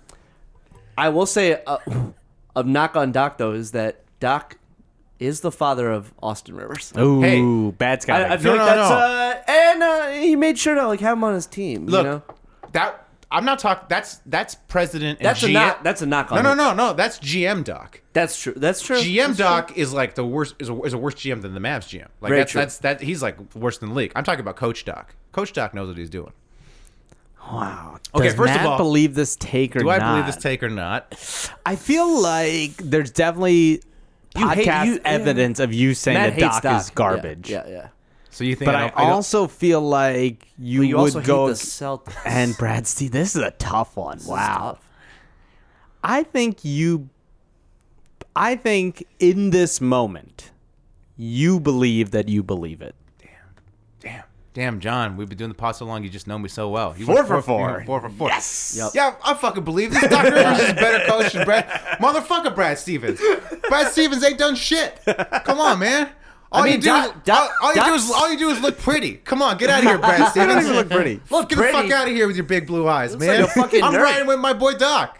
I will say uh, a knock on Doc though is that Doc is the father of Austin Rivers. Ooh, Hey. bad Scott. I, I feel No, like no, that's no. uh, and uh, he made sure to like have him on his team. Look, you know? that I'm not talking. That's that's president. And that's a GM. knock. That's a knock on. no, no, him. no, no. That's GM Doc. That's true. That's true. GM Doc is like the worst. Is a, is a worse GM than the Mavs GM. Like Very that's, true. that's that. He's like worse than the league. I'm talking about Coach Doc. Coach Doc knows what he's doing. wow. Okay, Does first of Matt all, believe this take or Do I not? believe this take or not? I feel like there's definitely You hate- podcast you- evidence of you saying Matt that hates Doc, is Yeah, garbage. Yeah, yeah. So you think? But I, I, don't- I don't- also feel like you, But you would also go hate the Celtics. and Brad Steve. This is a tough one. This is wow. tough. I think you. I think in this moment, you believe that you believe it. damn, damn, John, we've been doing the pod so long. You just know me so well. You Four went for you four. went Four for four. Yes. Yep. Yeah, I fucking believe this. Doc Rivers is a better coach than Brad. Motherfucker, Brad Stevens. Brad Stevens ain't done shit. Come on, man. All mean, you do, Doc- is, Doc- all, all you do is, Doc's- all you do is look pretty. Come on, get out of here, Brad Stevens. don't even look pretty. Look, get the pretty. fuck out of here with your big blue eyes, man. like a fucking I'm nerd. riding with my boy Doc.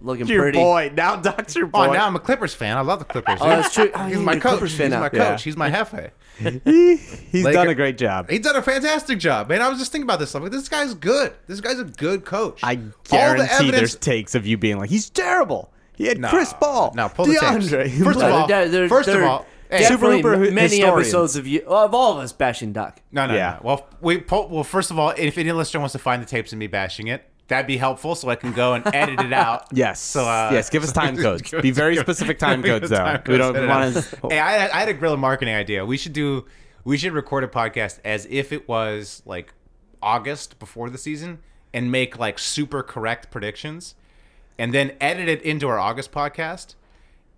Looking Your pretty. boy now, Doc's your boy. Oh, now I'm a Clippers fan. I love the Clippers. Oh, that's true. Oh, He's yeah, my you're a coach. Clippers He's fan my now. coach. Yeah. He's my jefe. He- he's Laker- done a great job. He's done a fantastic job, man. I was just thinking about this. I'm like, this guy's good. This guy's a good coach. I All guarantee the evidence, there's takes of you being like, he's terrible. He had No, Chris Ball. no, pull the tapes. DeAndre. First of Uh, all- there- there- first of there are all, hey, definitely Super Hooper many historians. episodes of you of all of us bashing Doc. No, no, Yeah. no. Well, we po- well. First of all, if any listener wants to find the tapes of me bashing it, that'd be helpful, so I can go and edit it out. Yes. So uh, yes. Give us time codes. give Be us- very give us- specific time give codes, us though. time codes, we don't edit want out. to. Hey, I, I had a guerrilla marketing idea. We should do. We should record a podcast as if it was like August before the season, and make like super correct predictions, and then edit it into our August podcast.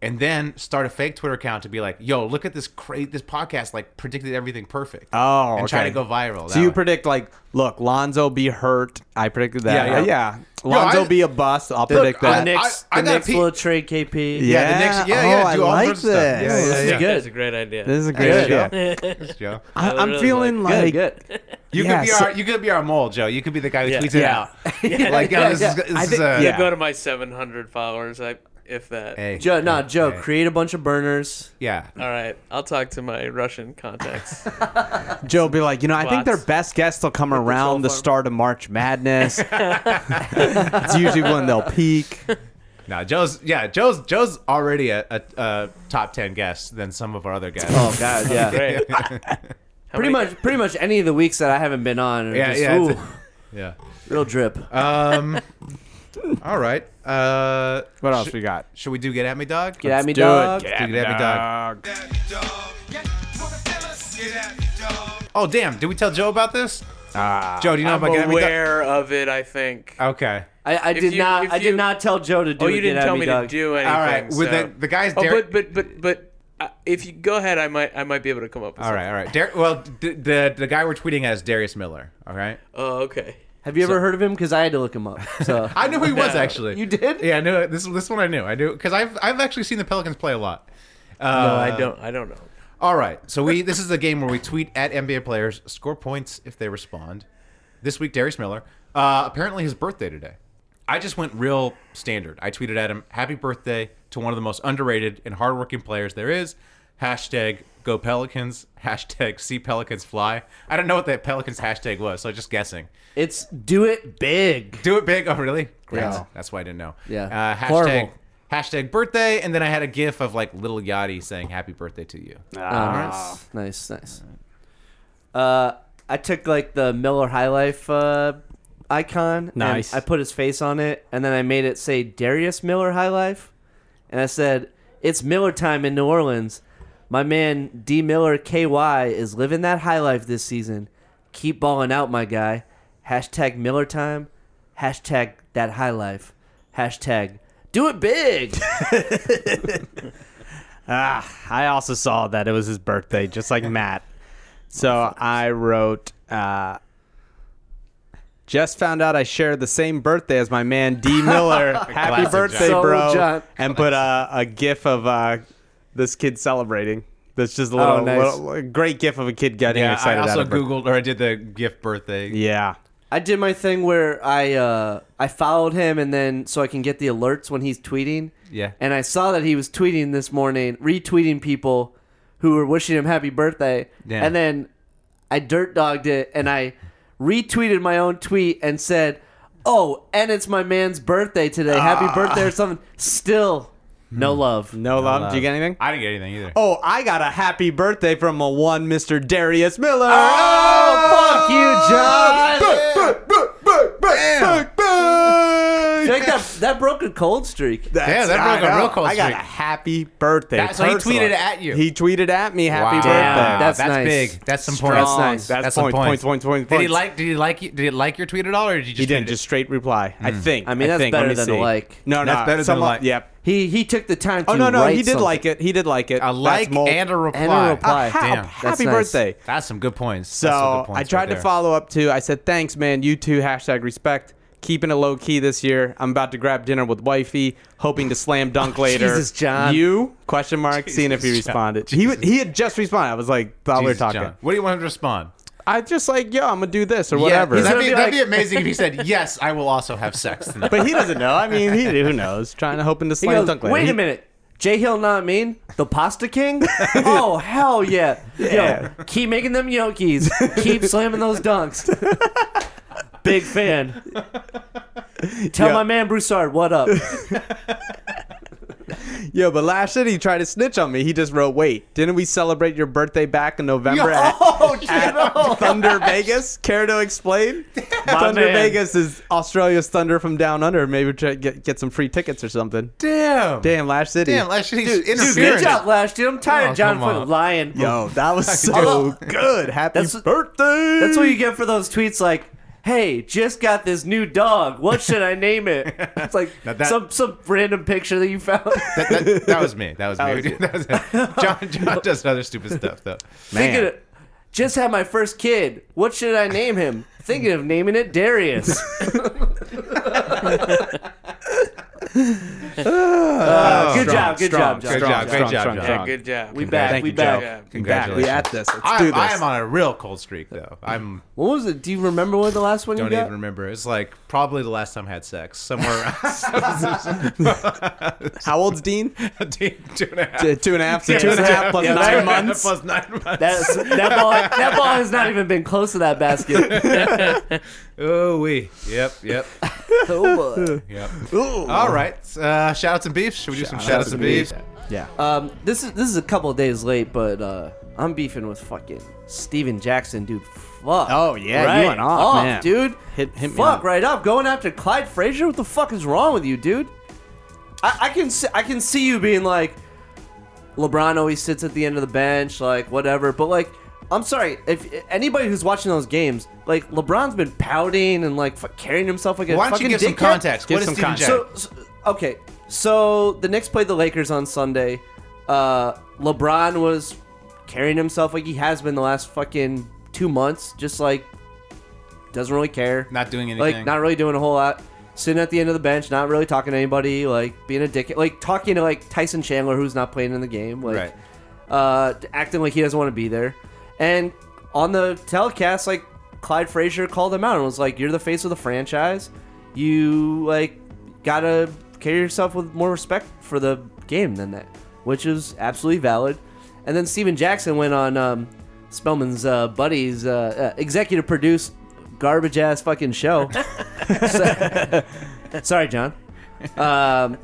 And then start a fake Twitter account to be like, "Yo, look at this cra- this podcast like predicted everything perfect." Oh, and try okay. to go viral. So that you way. predict like, look, Lonzo be hurt. I predicted that. Yeah, yeah. Uh, Lonzo I- be a bust. I'll predict I- that. I- Knicks, I the got a Knicks pe- will trade KP. yeah. Yeah, the next- yeah, yeah, Oh, I do all like sorts of stuff. this. Yeah, This is yeah, That's a good. great idea. This is a great Yeah. idea. Joe. I, I I'm really feeling like like, Good, good. You Yeah, could be so- our you could be our mole, Joe. You could be the guy who Yeah. tweets Yeah. it out. like, yo, this is this I is think- uh, yeah. Go to my 700 followers, I, if that. Hey, Joe, no, Joe, hey, create a bunch of burners. yeah. All right, I'll talk to my Russian contacts. Joe be like, you know, I think their Bots. best guests will come around the farm. start of March Madness. it's usually when they'll peak. No, Joe's yeah, Joe's Joe's already a, a, a top ten guest than some of our other guests. Oh God, yeah. Great. How pretty many- much, pretty much any of the weeks that I haven't been on, are Yeah, just, yeah, it's- ooh, Yeah. real drip. Um. all right. Uh. What else we got? Should we do get at me, dog? Get at me, do it. dog. Let's do get at me, dog. Oh damn! Did we tell Joe about this? Ah, Joe, do you know I'm about get at me, dog? aware of it, I think. Okay. I, I If did you- not. if I did you- not tell Joe to do. Oh, a you get didn't at tell me, me dog. to do anything. All right. With so- the the guys. Oh, Derek- but but but but uh, if you go ahead, I might I might be able to come up with All right, all right. Dar- well, d- the the guy we're tweeting at is Darius Miller. All right, something. Oh, okay. Have you ever heard of him? Because I had to look him up. So I knew who he was actually. You did? Yeah, I knew it. this. This one I knew. I knew because I've I've actually seen the Pelicans play a lot. Uh, No, I don't. I don't know. All right, so we this is the game where we tweet at NBA players, score points if they respond. This week, Darius Miller. Uh, apparently, his birthday today. I just went real standard. I tweeted at him, "Happy birthday to one of the most underrated and hardworking players there is." Hashtag Go Pelicans. Hashtag See Pelicans Fly. I don't know what that Pelicans hashtag was, so just guessing. it's do it big. Do it big. Oh, really? Great. Yeah. That's why I didn't know. Yeah. Uh, hashtag, Horrible. hashtag birthday, and then I had a gif of like little Yachty saying happy birthday to you. Ah, nice, nice, nice. Uh, I took like the Miller High Life uh, icon. and Nice. I put his face on it, and then I made it say Darius Miller High Life, and I said it's Miller time in New Orleans. My man D Miller KY is living that high life this season. Keep balling out, my guy. Hashtag Miller time. Hashtag that high life. Hashtag do it big. I also saw that it was his birthday, just like Matt. So I wrote, uh, just found out I share the same birthday as my man D. Miller. Happy Classic birthday, John. bro. So John. And put a, a gif of uh, this kid celebrating. That's just a little, Oh, nice. little- a great gif of a kid getting Yeah, I excited. at also a birth- Googled or I did the gift birthday. Yeah. I did my thing where I uh, I followed him and then so I can get the alerts when he's tweeting. Yeah. And I saw that he was tweeting this morning, retweeting people who were wishing him happy birthday. Yeah. And then I dirt dogged it and I retweeted my own tweet and said, "Oh, and it's my man's birthday today. Happy birthday or something." Still no love. Ah. Hmm. No, love. Did you get anything? I didn't get anything either. Oh, I got a happy birthday from a one Mr. Darius Miller. Oh, Oh, fuck you, John. Like that, that broke a cold streak. Yeah, that broke a I real know. cold I got a streak. happy birthday. That- so he personally. tweeted at you. He tweeted at me. Happy Wow. birthday. That's That's, nice. big. That's some Strong. points. That's nice. That's some points, points, points, points, Did he points. like? Did he like? you- Did he like your tweet at all, or did you just? He tweet didn't it? just straight reply. I Hmm. think. I mean, that's think. better Let me than a see. like. No, no, That's better than someone- a like. Yep. He he took the time to Oh no, no, he write did something. like it. He did like it. a like that's mul- and a reply? reply. a ha- Damn. happy That's nice. birthday. That's some good points. That's some So good points I right tried to there. follow up too. I said, "Thanks, man. You too." Hashtag respect. Keeping it low key this year. I'm about to grab dinner with wifey, hoping to slam dunk later. Jesus, John. You question mark? seeing if he Oh, Jesus, John. responded. He would- he had just responded. I was like, thought we were Jesus, talking. John. What do you want him to respond? I just like, yo, I'm gonna do this or whatever. that'd, gonna be, be that'd like- be amazing if he said, "Yes, I will also have sex tonight." but he doesn't know. I mean, he who knows? Trying to hoping to He slam goes, dunk later. Wait He- a minute. J Hill not mean? The Pasta King? oh hell yeah. Yo, keep making them Yokies. Keep slamming those dunks. Big fan. Tell Yeah. my man Broussard what up. Yo, but last shit he tried to snitch on me. He just wrote, "Wait, didn't we celebrate your birthday back in November at, at Thunder Vegas?" Care to explain? Thunder man. Vegas is Australia's Thunder from down under. Maybe try, get get some free tickets or something. Damn. Damn, Last City. Damn. Last shit, he's Dude, interfering. good job, Lash. Dude, I'm tired Oh, of John come on. fucking lying. Yo, that was so good. Happy That's- birthday. That's what you get for those tweets like, hey, just got this new dog. What should I name it? It's like Now that- some some random picture that you found. That, that, that was me. That was me. was you. That was John, John does other stupid stuff though. Thinking of, just had my first kid. What should I name him? Thinking of naming it Darius. Uh, good job, good job, John. Ah, Good job, great job, John. Yeah, good job. We back, Thank we you, back. Joe. We Congratulations. at this. Let's I, do this. I am on a real cold streak though. I'm What was it? Do you remember what the last one don't you got? even remember. It's like probably the last time I had sex somewhere How old's Dean? around two, two and a half. T- Two and a half. So two and a half plus Two Yeah, nine and a half months. plus nine months. That's, that ball, that ball has not even been close to that basket. oh we. Yep. Yep. Oh, boy. Yep. All right. Uh, shout outs and beefs. Should we do some shout outs and beefs? Yeah. Um, this is this is a couple of days late, but uh, I'm beefing with fucking Steven Jackson, dude. Fuck. Oh, yeah, you right went off, man. dude. Hit- hit me fuck up. right up. Going after Clyde Frazier. What the fuck is wrong with you, dude? I, I can see, I can see you being like, LeBron always sits at the end of the bench, like whatever. But like, I'm sorry if anybody who's watching those games, like LeBron's been pouting and like fu- carrying himself like a Why don't you fucking give some dickhead. context? Give What is some Steven context. Jackson? So, so okay, so the Knicks played the Lakers on Sunday. Uh, LeBron was carrying himself like he has been the last fucking two months, just like doesn't really care. Not doing Like anything. not really doing a whole lot. Sitting at the end of the bench, not really talking to anybody, like being a dick, like talking to like Tyson Chandler who's not playing in the game, like Right. uh, acting like he doesn't want to be there. And on the telecast, like Clyde Frazier called him out and was like, "You're the face of the franchise. You like gotta carry yourself with more respect for the game than that," which is absolutely valid. And then Steven Jackson went on um, Spellman's uh, buddies, uh, uh, executive produced garbage ass fucking show. So- sorry, John. Um,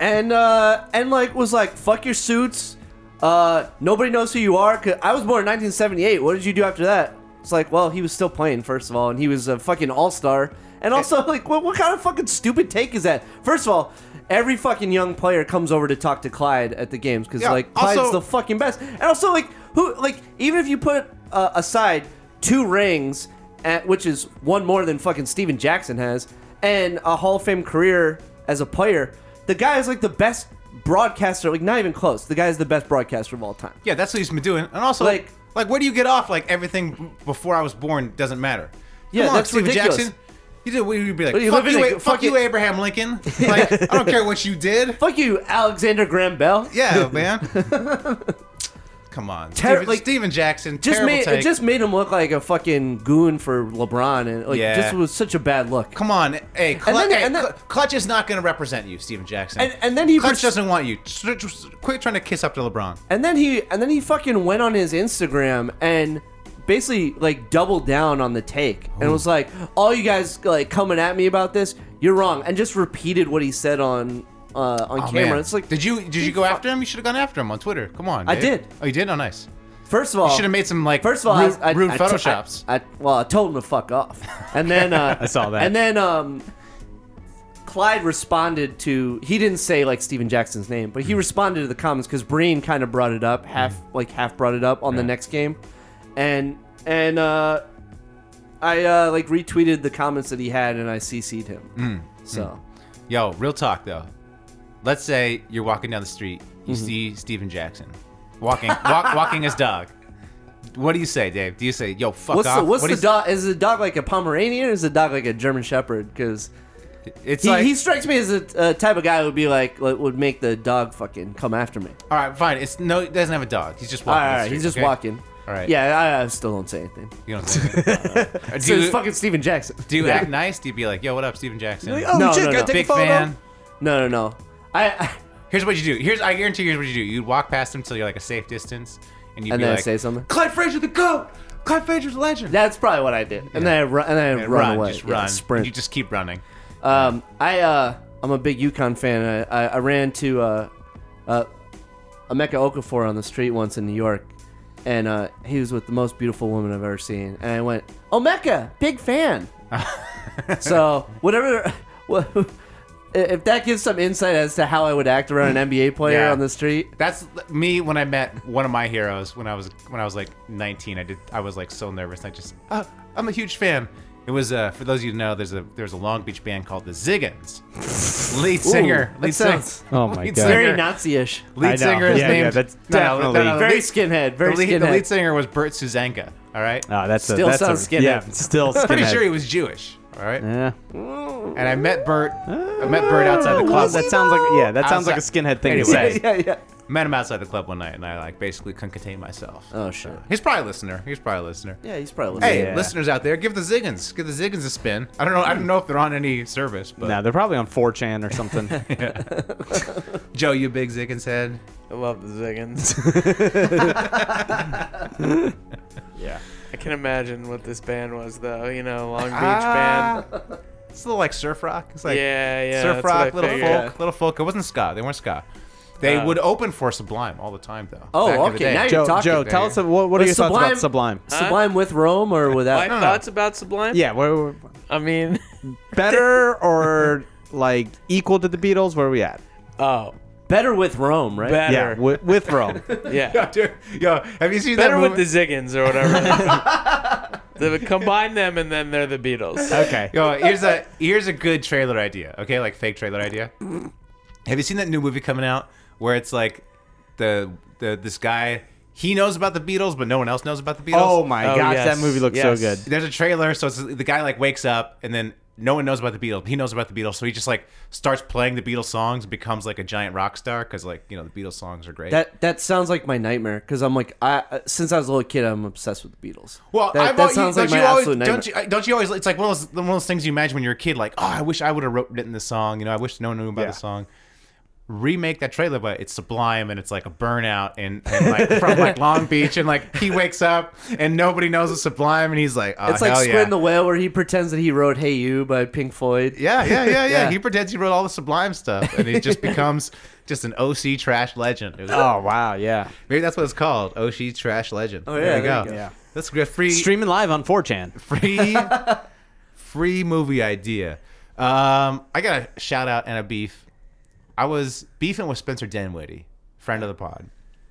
and uh, and like was like, "Fuck your suits." Uh, nobody knows who you are. 'cause I was born in 1978. What did you do after that? It's like, well, he was still playing, first of all, and he was a fucking all star. And also, like, what, what kind of fucking stupid take is that? First of all, every fucking young player comes over to talk to Clyde at the games because, Yeah, like, Clyde's also- the fucking best. And also, like, who, like, even if you put uh, aside two rings, at, which is one more than fucking Steven Jackson has, and a Hall of Fame career as a player, the guy is like the best broadcaster, like, not even close. The guy is the best broadcaster of all time. yeah, that's what he's been doing. And also, like, Like- like where do you get off? Like everything before I was born doesn't matter. Yeah, Come on, that's Steven ridiculous. Jackson. You did. You'd be like, What, you fuck live you, in a- A- fuck, fuck you, it- Abraham Lincoln. Like, I don't care what you did. Fuck you, Alexander Graham Bell. Yeah, man. Come on, Ter- Steven, like- Steven Jackson. Just terrible made take. it just made him look like a fucking goon for LeBron, and like Yeah. just was such a bad look. Come on, hey, Clutch, then- hey, and then- Cl- Clutch is not going to represent you, Steven Jackson. And- and then he Clutch was- doesn't want you. Just- just Quit trying to kiss up to LeBron. And then he and then he fucking went on his Instagram and basically like doubled down on the take Hmm. and was like, "All you guys like coming at me about this, you're wrong," and just repeated what he said on uh, on Oh, camera. man. It's like, did you did you go after him? You should have gone after him on Twitter. Come on, I dude. did. Oh, you did? Oh, nice. first of all, You should have made some like First of all, rude, I, I, rude I to- photoshops. I, I- well, I told him to fuck off, and then uh, I saw that. And then um, Clyde responded to. He didn't say like Steven Jackson's name, but he responded to the comments because Breen kind of brought it up, half like half brought it up on the next game, and and uh, I uh, like retweeted the comments that he had, and I cc'd him. so. Yo, real talk though. Let's say you're walking down the street, you Mm-hmm. see Steven Jackson walking walk, walking his dog. What do you say, Dave? Do you say, "Yo, fuck What's off"? the, what's What the is- dog? Is the dog like a Pomeranian or is the dog like a German Shepherd? Because It's He, like he strikes me as a uh, type of guy who would be like like, would make the dog fucking come after me. all right, fine. It's no, he doesn't have a dog. He's just All walking. right, down the all right, he's street, just okay? walking. All right. Yeah, I, I still don't say anything. You don't say anything. Or So do it's you, fucking Steven Jackson. do you act nice? Do you be like, "Yo, what up, Steven Jackson? oh, No, shit, no, gotta no. take a Big fan." No, no, no. I, I Here's what you do. Here's I guarantee. you Here's what you do. You'd walk past him till you're like a safe distance, and you'd and be then I like, say something. "Clyde Frazier, the goat. Clyde Frazier's a legend." That's probably what I did. And then I run and then I And run, away. just Yeah, run. sprint. You just keep running. Um, I uh, I'm a big Yukon fan. I, I, I ran to uh, uh, Emeka Okafor on the street once in New York, and uh, he was with the most beautiful woman I've ever seen. And I went, Omeka, big fan. so whatever, wha- if that gives some insight as to how I would act around an NBA player Yeah. on the street, That's me when I met one of my heroes when I was when I was like 19. I did I was like so nervous. I just oh, I'm a huge fan. It was uh, for those of you who know there's a there's a Long Beach band called the Ziggins. Lead singer, that lead singer, sounds- Oh my lead God. singer- very Nazi-ish, lead I know. singer is Yeah, yeah, named that's No, no, no, no, definitely- the very lead- skinhead, The very lead, the skinhead. lead singer was Bert Suzanka. All right, Oh, that's Still a, that's sounds a, skinhead. Yeah, still I'm pretty skinhead. sure he was Jewish. All right, Yeah. and I met Bert. I met Bert outside the club. Oh, that sounds like yeah, that sounds like a Outside- skinhead thing Anyway. to say. yeah, yeah. met him outside the club one night, and I like basically couldn't contain myself. Oh shit. He's probably a listener. He's probably a listener. Yeah, he's probably. listening. Hey, Yeah. listeners out there, give the Ziggins, give the Ziggins a spin. I don't know, I don't know if they're on any service, but No, they're probably on 4chan or something. Joe, you a big Ziggins head. I love the Ziggins. Yeah, I can imagine what this band was, though. You know, Long Beach Ah, band. It's a little like surf rock. It's like yeah, yeah. surf that's what I rock, little figured. folk, little folk. It wasn't ska. They weren't ska. They Oh. would open for Sublime all the time, though. Oh, back in the okay, day. now you're- Joe, talking Joe, there. tell us what, what are With your thoughts about Sublime- Sublime? Sublime with Rome or My without? don't know. thoughts about Sublime? Yeah, where, where- I mean, better or like equal to the Beatles? Where are we at? oh, Better with Rome, right? better. Yeah, with, with Rome. yeah. Yeah, dude. Yo, have you seen better that with movie? the Ziggins or whatever. they would combine them and then they're the Beatles. Okay. Yo, here's a here's a good trailer idea. Okay, like fake trailer idea. Have you seen that new movie coming out where it's like the the this guy He knows about the Beatles, but no one else knows about the Beatles. Oh my Oh, gosh, yes. that movie looks Yes. so good. There's a trailer, so it's, the guy like wakes up, and then no one knows about the Beatles. but He knows about the Beatles, so he just like starts playing the Beatles songs, becomes like a giant rock star because like you know the Beatles songs are great. That that sounds like my nightmare because I'm like I uh, since I was a little kid I'm obsessed with the Beatles. Well, that, I've that always, sounds don't like my you always, absolute nightmare. Don't you, don't you always? It's like one of, those, one of those things you imagine when you're a kid. Like, oh, I wish I would have wrote written this song. You know, I wish no one knew about the song. Remake that trailer, but it's sublime and it's like a burnout and, and like from like Long Beach and like he wakes up and nobody knows it's sublime and he's like, oh, it's like hell Squid yeah. and the Whale where he pretends that he wrote "Hey You" by Pink Floyd. yeah, yeah, yeah, yeah, Yeah. He pretends he wrote all the sublime stuff and he just becomes just an OC trash legend. It was- Oh wow, yeah. Maybe that's what it's called, OC trash legend. Oh yeah, there you there you go. go. Yeah. That's good. Free Streaming live on 4chan. free free movie idea. Um, I got a shout out and a beef. I was beefing with Spencer Dinwiddie, friend of the pod,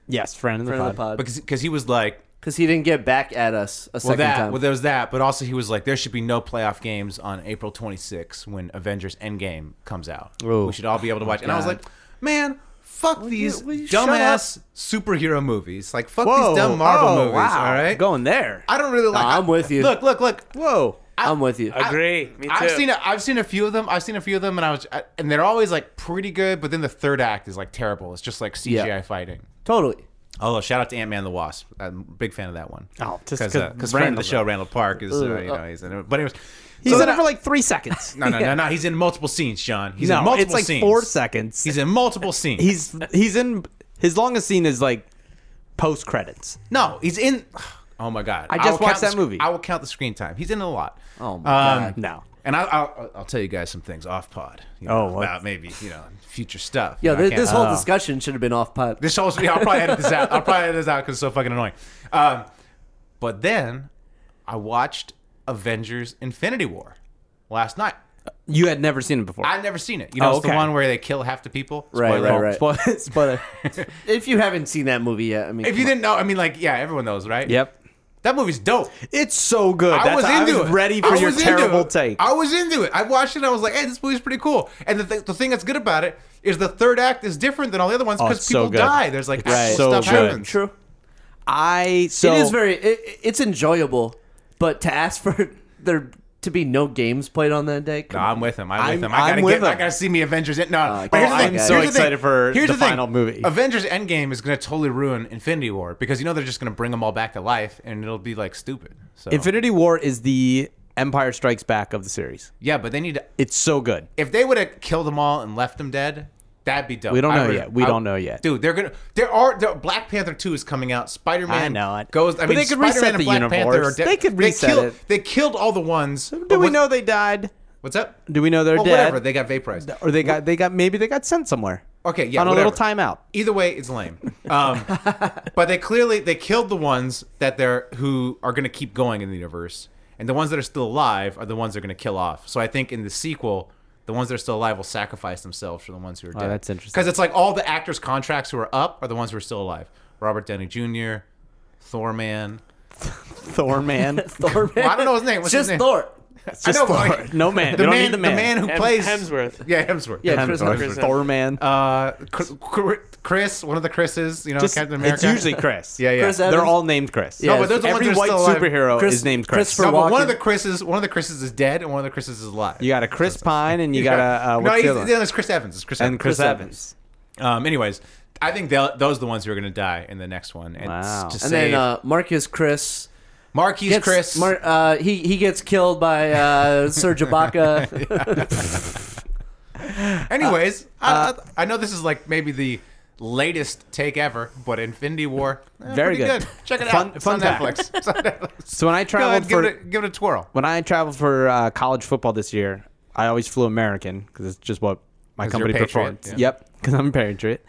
Yes, friend of the Friend of pod. the pod. because because he was like, because he didn't get back at us a well second that time. well there was that, but also he was like, there should be no playoff games on April 26 when Avengers Endgame comes out. Ooh. We should all be able to watch. and I was like, man. Fuck these Oh, will you shut dumbass superhero movies. Like fuck Whoa, these dumb Marvel oh, movies. wow. All right, Going there. I don't really like. I'm with you. Look, look, look. Whoa. I'm with you. Agree. Me too. I've seen a, I've seen a few of them. I've seen a few of them, and I was I, and they're always like pretty good, but then the third act is like terrible. It's just like CGI Yeah. fighting. totally. Oh, shout out to Ant Man the Wasp. I'm a big fan of that one. Oh, just because 'cause friend of Randall- the show Randall Park is uh, Ugh. you know he's in it. But anyways, He's so in then it for I- like three seconds. no no no no he's in multiple scenes, Sean. He's in no, multiple it's like scenes. four seconds. He's in multiple scenes. he's he's in his longest scene is like post credits. no he's in. Oh my god! I will just count watched the that sc- movie. I will count the screen time. He's in it a lot. Oh my Hmm. God. No. And I, I'll, I'll tell you guys some things off pod. You know, Oh, what? about maybe you know future stuff. You Yeah, know, I thi- can't- this whole discussion should have been off pod. This shows yeah, I'll probably edit this out. I'll probably edit this out because it's so fucking annoying. Um, but then I watched Avengers: Infinity War last night. You had never seen it before. I've never seen it. You know, Oh, it's okay. the one where they kill half the people. Right, Spoiler. right, right. Spoil- spoiler. If you haven't seen that movie yet, I mean, If you didn't know, I mean, like, yeah, everyone knows, right? yep. That movie's dope. It's so good. I That's- was into was it. ready for I your was into terrible it. take. I was into it. I watched it. and I was like, "Hey, this movie's pretty cool." And the, th- the thing that's good about it is the third act is different than all the other ones because Oh, it's so people good. die. There's like Right. actual So stuff good. happens. true. I so it is very. It, it's enjoyable, but to ask for there to be no games played on that day, No, come on. I'm with him. I'm, I'm- with him. I gotta I'm with get. I him. Uh, gotta see me Avengers. End- no, Oh, but here's the oh, thing. I'm here's so the thing. excited for here's the the, thing. final movie. Avengers Endgame is gonna totally ruin Infinity War because you know they're just gonna bring them all back to life and it'll be like stupid. So Infinity War is the Empire Strikes Back of the series. yeah, but they need to. It's so good. If they would have killed them all and left them dead, that'd be dope. We don't I know would- yet. We I- don't know yet. dude. They're gonna. There are there, Black Panther two is coming out. Spider Man. I know it. Goes. I But mean, they could Spider-Man reset and the Black Panther universe. are dead. They could reset killed, it. They killed all the ones. Do we know they died? What's up? Do we know they're Well, dead? whatever. They got vaporized. or they got they got maybe they got sent somewhere Okay, yeah, on a little whatever. timeout. Either way, it's lame. Um, but they clearly they killed the ones that they're who are going to keep going in the universe, and the ones that are still alive are the ones they're going to kill off. So I think in the sequel, the ones that are still alive will sacrifice themselves for the ones who are dead. Oh, that's interesting. Because it's like all the actors' contracts who are up are the ones who are still alive. Robert Downey Jr., Thor man. Thor man. Thor, man. Well, I don't know his name. What's just his name? Thor. I know, Thor. but like, No man. You don't need the man. who Hem- plays Hemsworth. Yeah, Hemsworth. Yeah, Chris Hemsworth. Hemsworth. Thor man. Uh, Chr- Chr- Chris, one of the Chris's, you know, Just- Captain America. It's usually Chris. Yeah, yeah. Chris Evans. They're all named Chris. Yeah. No, but those are the ones Every that are white still alive. superhero Chris- is named Chris. No, Christopher- but one of Walken. the Chris's, one of the Chris's is dead, and one of the Chris's is alive. You got a Chris Pine and you got a uh, no, what's he's, the other one? the other is Chris Evans. It's Chris and Evans. Chris, Chris Evans. Evans. Um, anyways, I think they'll- those are the ones who are going to die in the next one. And Wow. To And And save then uh, Marcus Chris. Marquis gets- Chris. Mar- uh, he he gets killed by uh, Serge Ibaka. uh, anyways, I, I- I know this is like maybe the latest take ever, but Infinity War, eh, Very pretty good. good. Check it Fun- out. It's fun on fact. Netflix. It's on Netflix. So when I Go traveled ahead, give for Oh, it, a, give it a twirl. when I traveled for uh, college football this year, I always flew American because it's just what my 'Cause you're a company patriot, performs. yeah. Yep, because I'm a patriot,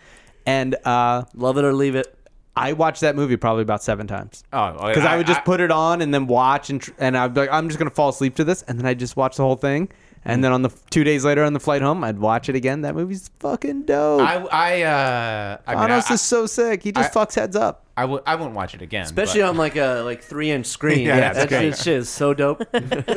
and uh, Love it or leave it. I watched that movie probably about seven times. Oh, because I, would just put it on and then watch and tr- and I'd be like, I'm just gonna fall asleep to this, and then I just watch the whole thing, Mm. and then on the two days later on the flight home, I'd watch it again. That movie's fucking dope. I, I, uh, I mean, I, Thanos is so sick. He Oh, just I- fucks heads up. I, I, would, I wouldn't watch it again. Especially but- on like a like three inch screen. Yeah, yeah, that's that great. shit, shit is so dope. nah,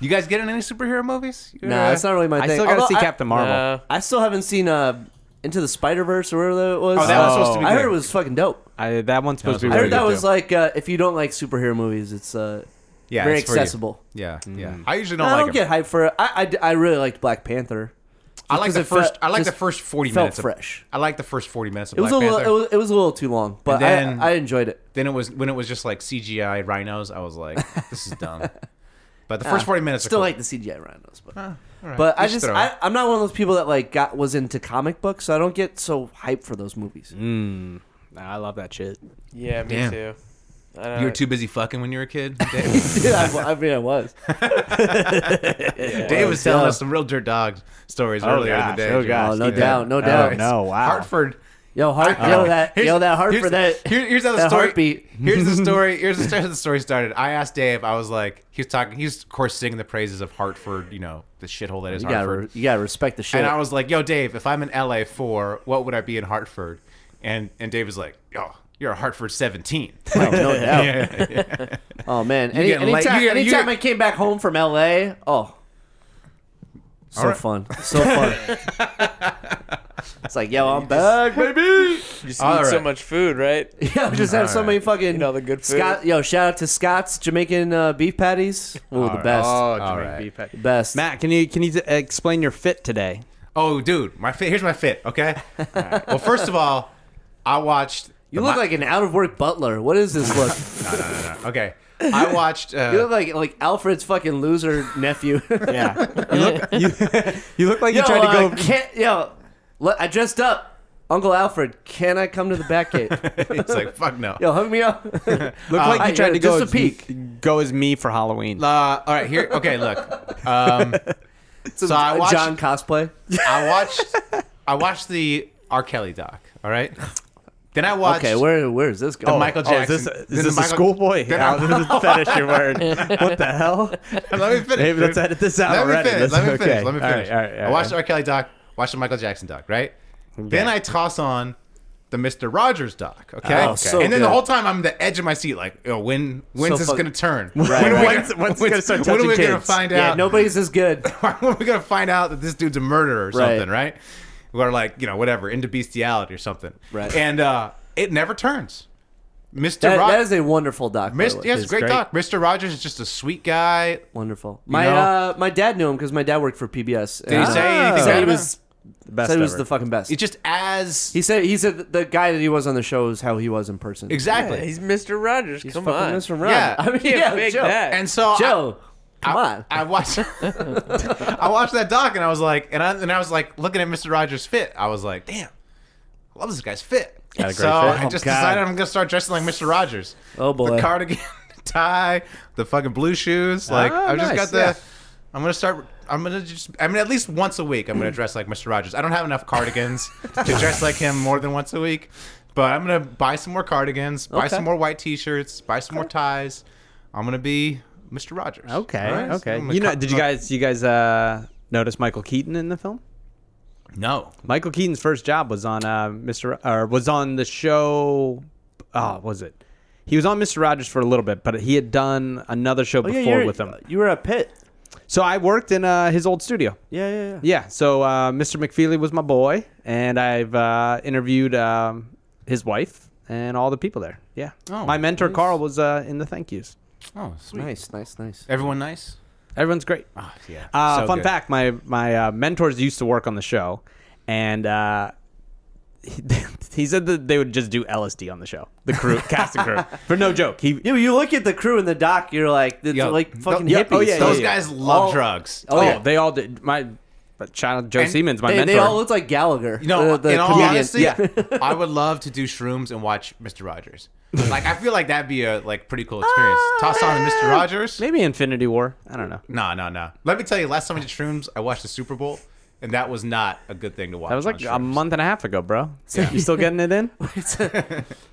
You guys get in any superhero movies? uh, that's not really my I thing. still gotta Although see I, Captain Marvel. Uh, I still haven't seen uh, Into the Spider Verse or whatever that was. Oh, that was supposed to be I good. heard it was fucking dope. I that one's supposed to be I really heard good that was too. like uh, if you don't like superhero movies, it's uh, Yeah, very it's for you. accessible. Yeah, yeah. Mm-hmm. I usually No, don't I like don't it. get hyped for it. I, I, I really liked Black Panther. I like because the it felt- first. I like the just first forty felt minutes. of- fresh. I like the first forty minutes of It was Black a little Panther. it was, it was a little too long, but And then- I, I enjoyed it. then it was when it was just like CGI rhinos. I was like, this is dumb. But the first Ah, forty minutes are Still cool. like the CGI rhinos, but but I Just just throw it. I, I'm not one of those people that like got was into comic books, so I don't get so hyped for those movies. I love that shit. Yeah, me Damn. too. I you don't- were too busy fucking when you were a kid. Dude, I, I mean, I was. Dave was telling yeah. us some real dirt dog stories earlier in the gosh, day. oh Jim. gosh, Oh, no Yeah. doubt, no Oh, doubt. it's- no, wow. Hartford. Yo, heart, yo that, Um, Here's- yo that heart here's- for that. Here, here's how the that story. heartbeat. Here's the story. Here's the story. how The story started. I asked Dave. I was like, he was talking. He was of course singing the praises of Hartford. You know the shithole that is You gotta, Hartford. re- you gotta respect the shit. And I was like, "Yo, Dave, if I'm in LA four, what would I be in Hartford?" And and Dave was like, "Yo, you're a Hartford 17." Oh, no doubt. Yeah. Oh man, Any, getting late- anytime, you get- you anytime get- I came back home from LA, oh, so right. fun, so fun. it's like, yo, I'm back, baby. You just eat All so right. much food, right? Yeah, I just have so many fucking You know, the good food. Scott, yo, shout out to Scott's Jamaican uh, beef patties. Ooh, the right. best, Oh, All right. The best. Matt, can you can you t- explain your fit today? Oh, dude, my fit. Here's my fit. Okay. Well, first of all, I watched. you look like an out of work butler. What is this look? Okay, I watched. Uh, you look like like Alfred's fucking loser nephew. Yeah, you look you, you look like yo, you tried uh, to go. can't, yo, look, I dressed up. Uncle Alfred, can I come to the back gate? it's like fuck no. Yo, hook me up. Look like I- you tried to go just a as, peek. go as me for Halloween. Uh, all right, here. Okay, look. Um, so I watched. John cosplay. I watched. I watched the R. Kelly doc. All right. Then I watched. Okay, where where is this going? the Michael Oh, is Jackson. this a, then is this the a Michael- schoolboy? then Yeah, I- this is a fetish you What the hell? Let me finish. Maybe let's dude. edit this out Let already. me finish. That's Let me finish. okay. Let me All right, finish. all right, all I watched right. the R. Kelly doc. Watched the Michael Jackson doc. Right. Then I toss on the Mister Rogers doc. Okay. Oh, so and then the good. whole time I'm the edge of my seat, like, yo, when when's So this fuck- gonna turn? When- When, are we when's- gonna- when's it gonna start when are touching we gonna kids? find yeah, out? nobody's as good. when are we gonna find out that this dude's a murderer or Right. something, right? Or like, you know, whatever, into bestiality or something. Right. And uh it never turns. Mr. That, Rogers that is a wonderful doc. by the way. yes, It's great, doc. Mr. Rogers is just a sweet guy. Wonderful. My know? uh, my dad knew him because my dad worked for PBS. Did he say anything said bad he about was him? Best said he was ever. the fucking best. It's just as he said he said the guy that he was on the show is how he was in person. exactly. Yeah, he's Mr. Rogers. He's Come fucking on. Mr. Rogers. Yeah. I mean, Can't yeah, fake Joe. that. and so I- Joe, come I, on. I watched I watched that doc and I was like and I, and I was like looking at Mr. Rogers' fit. I was like, damn, I love this guy's fit. a great so fit. I Oh, just God. decided I'm gonna start dressing like Mr. Rogers. Oh, boy. The cardigan, tie, the fucking blue shoes. Like Ah, I've just got nice, the yeah. I'm gonna start I'm gonna just I mean at least once a week I'm gonna dress like Mr. Rogers. I don't have enough cardigans to dress like him more than once a week. But I'm gonna buy some more cardigans, buy Okay. some more white t shirts, buy some more ties. I'm gonna be Mr. Rogers. Okay. All right? Okay. I'm gonna You know? cut- Did you guys? You guys uh, notice Michael Keaton in the film? No. Michael Keaton's first job was on uh, Mr. or was on the show. Oh, what was it? He was on Mr. Rogers for a little bit, but he had done another show Oh, yeah, before you're- with him. You were a pit. So I worked in uh, his old studio. Yeah, yeah, yeah. Yeah. So uh, Mr. McFeely was my boy, and I've uh, interviewed um, his wife and all the people there. Yeah. Oh, my mentor Carl was uh, in the thank yous. Oh, sweet. Nice, nice, nice. Everyone nice? Everyone's great. Ah, Oh, yeah. Uh, So fun good. fact: my my uh, mentors used to work on the show, and uh, he, he said that they would just do LSD on the show, the crew, cast and crew, for no joke. He You, you look at the crew in the dock, you're like, it's Yo, like th- fucking yeah, hippies. oh, yeah, Those yeah, guys love Oh, drugs. oh, Oh, yeah. they all did. My but child Joe And Siemens, my They, mentor. they all look like Gallagher. You know, the, the in all comedian. honesty, yeah. I would love to do shrooms and watch Mr. Rogers. Like, I feel like that'd be a like pretty cool experience. Toss on the Mr. Rogers. Maybe Infinity War. I don't know. No, no, no. Let me tell you, last time I did shrooms, I watched the Super Bowl, and that was not a good thing to watch. That Oh, was like on a shrooms. month and a half ago, bro. You still getting it in?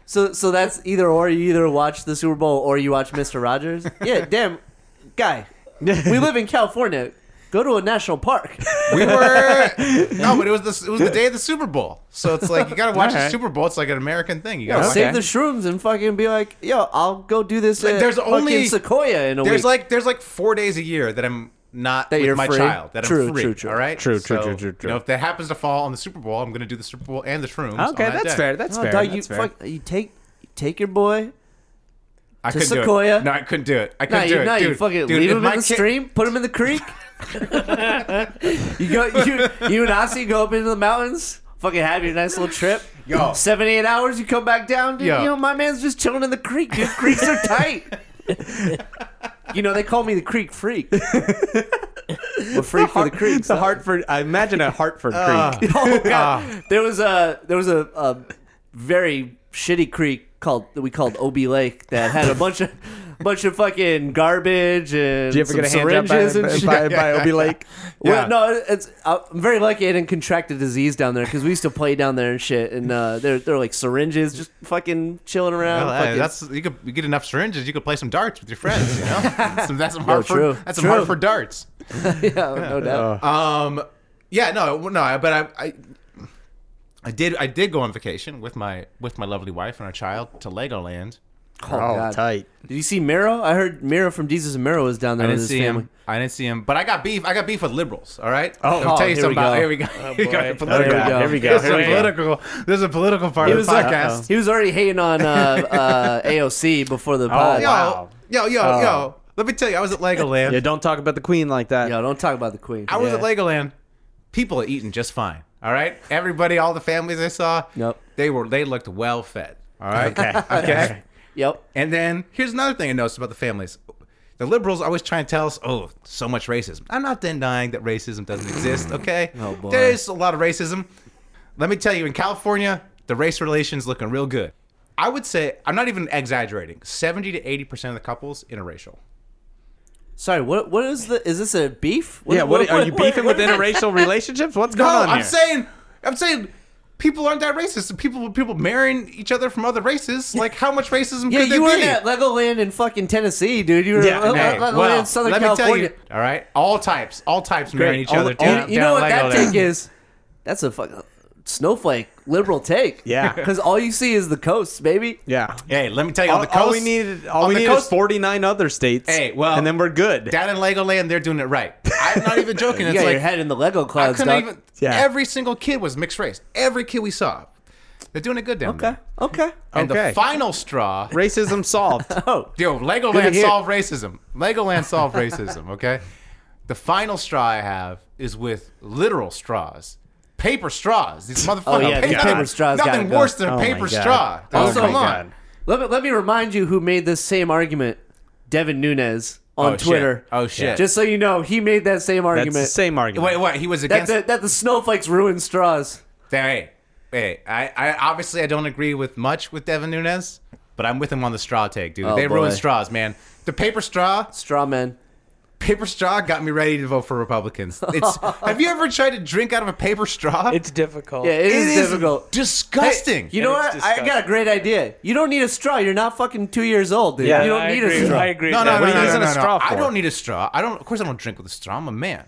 So so that's either or. You either watch the Super Bowl or you watch Mister Rogers. Yeah, damn, guy. We live in California. Go to a national park. We were no, but it was the it was the day of the Super Bowl, so it's like you gotta watch the Alright. Super Bowl. It's like an American thing. Oh, You gotta watch Save the shrooms and fucking be like, yo, I'll go do this. Like, At there's there's only- only Sequoia in a There's week. like there's like four days a year that I'm not That with you're my free. child. That True, I'm free. true, true. All right. True, true, true, true, true. You know, if that happens to fall on the Super Bowl, I'm gonna do the Super Bowl and the shrooms. on Okay, that that's day. fair. That's No, fair. dog, that's Oh, you fair. fuck- you take take your boy. I To couldn't do Sequoia? it. No, I couldn't do it. I No, couldn't do you, it. no, dude, you fucking dude, leave if him my in the kid- stream, put him in the creek. you go, you, you and Aussie go up into the mountains. Fucking have your nice little trip. Yo. seventy eight hours. You come back down, dude. Yo. You know my man's just chilling in the creek. Dude, creeks are tight. you know they call me the creek freak. We're freak for the creek. It's a Hartford. I imagine a Hartford creek. Oh Ah. god. There was a there was a, a very shitty creek called that we called OB Lake that had a bunch of bunch of fucking garbage and Did you ever some get a hand job by, syringes and by, shit. by, by Obi Lake? Yeah. Well, no, it's I'm very lucky I didn't contract a disease down there because we used to play down there and shit, and uh, they're they're like syringes just fucking chilling around. Well, hey, fucking- that's you could you get enough syringes, you could play some darts with your friends. You know, that's some, that's some hard for true. that's some True. hard for darts. yeah, no doubt. Um, yeah, no, no, but I, I, I did I did go on vacation with my with my lovely wife and our child to Legoland. oh God. tight. Did you see Miro? I heard Miro from Jesus and Miro was down there I with didn't his see family. him. I didn't see him, but I got beef. I got beef with liberals. All right. Oh, I'll tell oh, you here something we about. go. Here we go. Here we go. boy. Political. There we go. This Here we is a Here we go. political. This is a political part He of was, the podcast. uh, he was already hating on uh, uh, AOC before Oh, the pod. Yo, Wow. yo, yo, Uh, yo. Let me tell you, I was at Legoland. Yeah, don't talk about the queen like that. Yo, don't talk about the queen. I was Yeah. at Legoland. People are eating just fine. All right, everybody, all the families I saw, Yep. they were they looked well fed. All right, Okay. okay. Yep. And then here's another thing I noticed about the families. The liberals always try and tell us, oh, so much racism. I'm not denying that racism doesn't exist, okay? Oh, boy. There's a lot of racism. Let me tell you, in California, the race relations looking real good. I would say, I'm not even exaggerating, 70 to 80% of the couples interracial. Sorry. What? What is the? Is this a beef? What, Yeah, what are you what- beefing with interracial relationships? What's going No, on I'm here? saying, I'm saying, people aren't that racist. People, people marrying each other from other races. Like, how much racism? Yeah, could you there weren't be? at Legoland in fucking Tennessee, dude. You were Yeah, at Le- hey, Le- Legoland oh, in Southern let me California. tell you. All right, all types, all types marrying each All- other. all- down- You, you know down what that Legoland. take is? That's a fucking snowflake liberal take. Yeah. Because all you see is the coast, baby. Yeah. Hey, let me tell you, on All, the coast, all we needed, all on we the need is coast- 49 other states. Hey, well- and then we're good. down in Legoland, they're doing it right. I'm not even joking. You It's got like your head in the Lego I clouds, couldn't dog. even. Yeah. Every single kid was mixed race. Every kid we saw, they're doing it good down Okay. there. Okay. And Okay. the final straw, Racism solved. Oh. yo, to Legoland hear. solved racism. Legoland solved racism. Okay. The final straw I have is with literal straws. Paper straws. These motherfuckers. Oh, yeah, the paper straws gotta Nothing go. worse than a my paper God. straw. Oh Also, my come on. God. Let me, let me remind you who made this same argument, Devin Nunes on Oh, shit. Twitter. Oh, shit. Just so you know, he made that same That's argument. the same argument. Wait, what? He was that, against the, that the snowflakes ruin straws. Hey, hey, I, I obviously I don't agree with much with Devin Nunes, but I'm with him on the straw take, dude. Oh, they ruined boy. straws, man. The paper straw, Straw man. paper straw got me ready to vote for Republicans. It's have you ever tried to drink out of a paper straw? It's difficult. Yeah, it is, It is difficult. disgusting. You know And what? it's I got a great idea. You don't need a straw. You're not fucking two years old, dude. Yeah, you don't I need agree. a straw. I agree. no, with no, that. no, What are you no, using no, a no, no. straw for? I don't need a straw. I don't. Of course, I don't drink with a straw. I'm a man.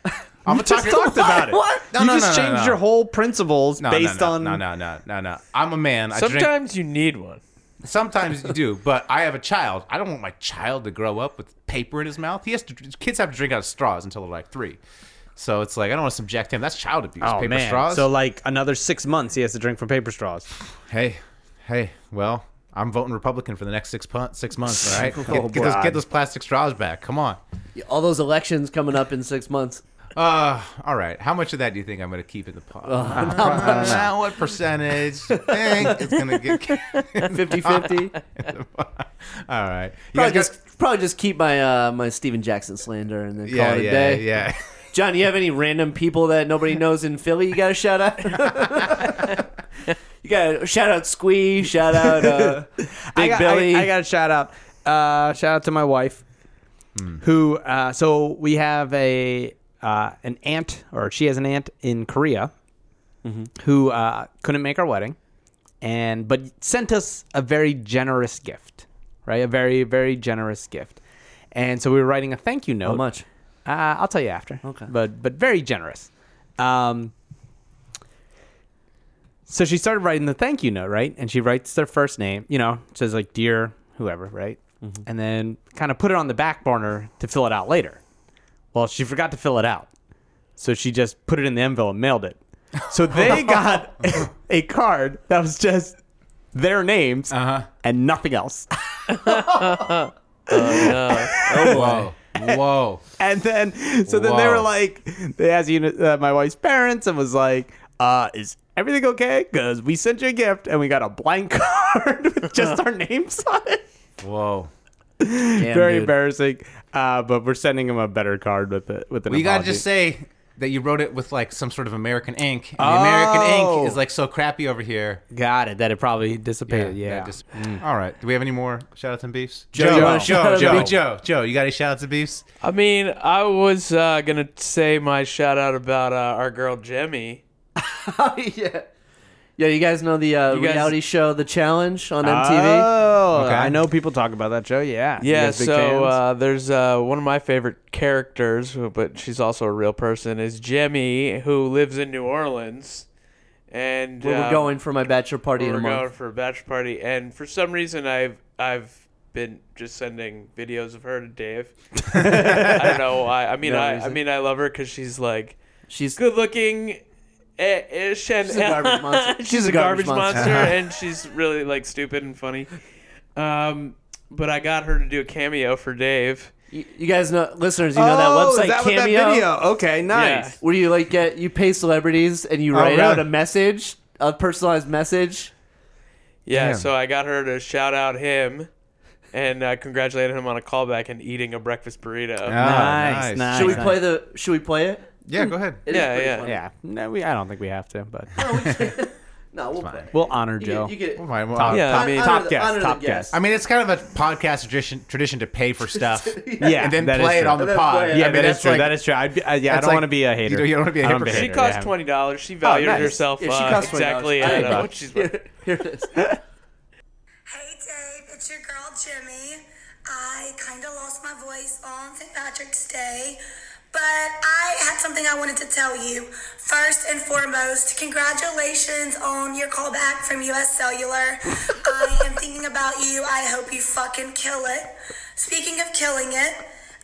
I'm a talker. just talked about it. What? No, you no, just no, no, changed no. your whole principles No, based no, no, on. no, no, no, no, no. I'm a man. I drink Sometimes you need one. Sometimes you do, but I have a child. I don't want my child to grow up with paper in his mouth. He has to. Kids have to drink out of straws until they're like three, so it's like I don't want to subject him. That's child abuse. Oh, paper man. straws. So, like, another six months he has to drink from paper straws. hey, hey. Well, I'm voting Republican for the next six pun- six months. All right, get, Oh, get those God. get those plastic straws back. Come on. All those elections coming up in six months. Uh, all right. How much of that do you think I'm going to keep in the pot? Uh, what percentage? do you think it's going to get? 50 50. all right. You probably, guys got- just, probably just keep my uh, my Steven Jackson slander and then call yeah, it a yeah, day. yeah. John, you have any random people that nobody knows in Philly you got to shout out? you got to shout out Squee, shout out uh, Big I got, Billy. I, I got a shout out. Uh, shout out to my wife, Hmm. who. Uh, so we have a uh, an aunt, or she has an aunt in Korea, Mm-hmm. who uh, couldn't make our wedding, and but sent us a very generous gift, right? A very very generous gift, and so we were writing a thank you note. How much? Uh, I'll tell you after. Okay. But but very generous. Um. So she started writing the thank you note, right? And she writes their first name, you know, says like dear whoever, right? And then kind of put it on the back burner to fill it out later. Well, she forgot to fill it out. So she just put it in the envelope and mailed it. So they got a, a card that was just their names Uh. Uh-huh. and nothing else. Oh, Whoa. Whoa. And then, so then they Whoa. were like, they asked you, uh, my wife's parents, and was like, uh, is everything okay? Because we sent you a gift and we got a blank card with just our names on it. Whoa. Damn, Very dude. embarrassing. Uh, but we're sending him a better card with it. With an Well, you gotta apology. just say that you wrote it with like some sort of American ink, and the American Oh. ink is like so crappy over here. got it. That it probably dissipated. Yeah. that just- mm. All right. Do we have any more shout outs and beefs? Joe. Joe, Joe, Shout-outs and Joe, beefs. Joe, Joe. You got any shout outs and beefs? I mean, I was uh, gonna say my shout out about uh, our girl Jemmy. yeah. Yeah, you guys know the uh, You guys- Ah, reality show The Challenge on MTV? Oh, Okay. I know people talk about that show. Yeah. You Yeah, guys big so fans? uh, there's uh, one of my favorite characters, who- but she's also a real person, is Jemmy, who lives in New Orleans, and Where uh, we're going for my bachelor party in a we're going month. for a bachelor party, and for some reason I've I've been just sending videos of her to Dave. I don't know why. I mean, No I, I reason. mean, I love her because she's like She's good looking. eh, ish and She's a garbage monster. she's a garbage monster, and she's really like stupid and funny. Um, but I got her to do a cameo for Dave. You, you guys know, listeners, you know Oh, Oh, that website Cameo, Okay, nice. where you like get you pay celebrities and Oh, you write really? out a message, a personalized message. Yeah, Damn. so I got her to shout out him and uh, congratulate him on a callback and eating a breakfast burrito. Ah, Nice, nice. Should we play the? Should we play it? Yeah, go ahead. It is Yeah, pretty yeah. funny. Yeah, no, we. I don't think we have to, but No, we'll play. it. we'll honor You Joe. get, you get Oh, All right, well, top, Yeah, top, I mean- top Honor the- honor guest, the top guest. guest. I mean, it's kind of a podcast tradition tradition to pay for stuff yeah, and then that is play it true. on the And then play pod. it. Yeah, I mean, that is that's true. like- that is true. I'd be, uh, yeah, I that's don't like- want to be a you hater. don't- you don't wanna be a I don't hypocrite. She Yeah, costs hater, twenty dollars. Oh, She valued nice. herself Yeah, she uh, costs $20. exactly I at know. uh, what she's worth. Here, here it is. Hey Dave, it's your girl Jimmy. I kind of lost my voice on St. Patrick's Day, but I had something I wanted to tell you. First and foremost, congratulations on your callback from US Cellular. I am thinking about you. I hope you fucking kill it. Speaking of killing it,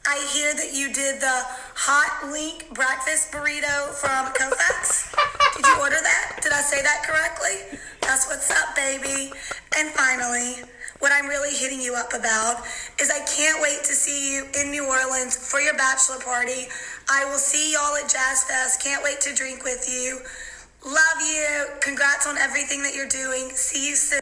I hear that you did the hot link breakfast burrito from Kofax. Did you order that? Did I say that correctly? That's what's up, baby. And finally, what I'm really hitting you up about is I can't wait to see you in New Orleans for your bachelor party. I will see y'all at Jazz Fest. Can't wait to drink with you. Love you. Congrats on everything that you're doing. See you soon.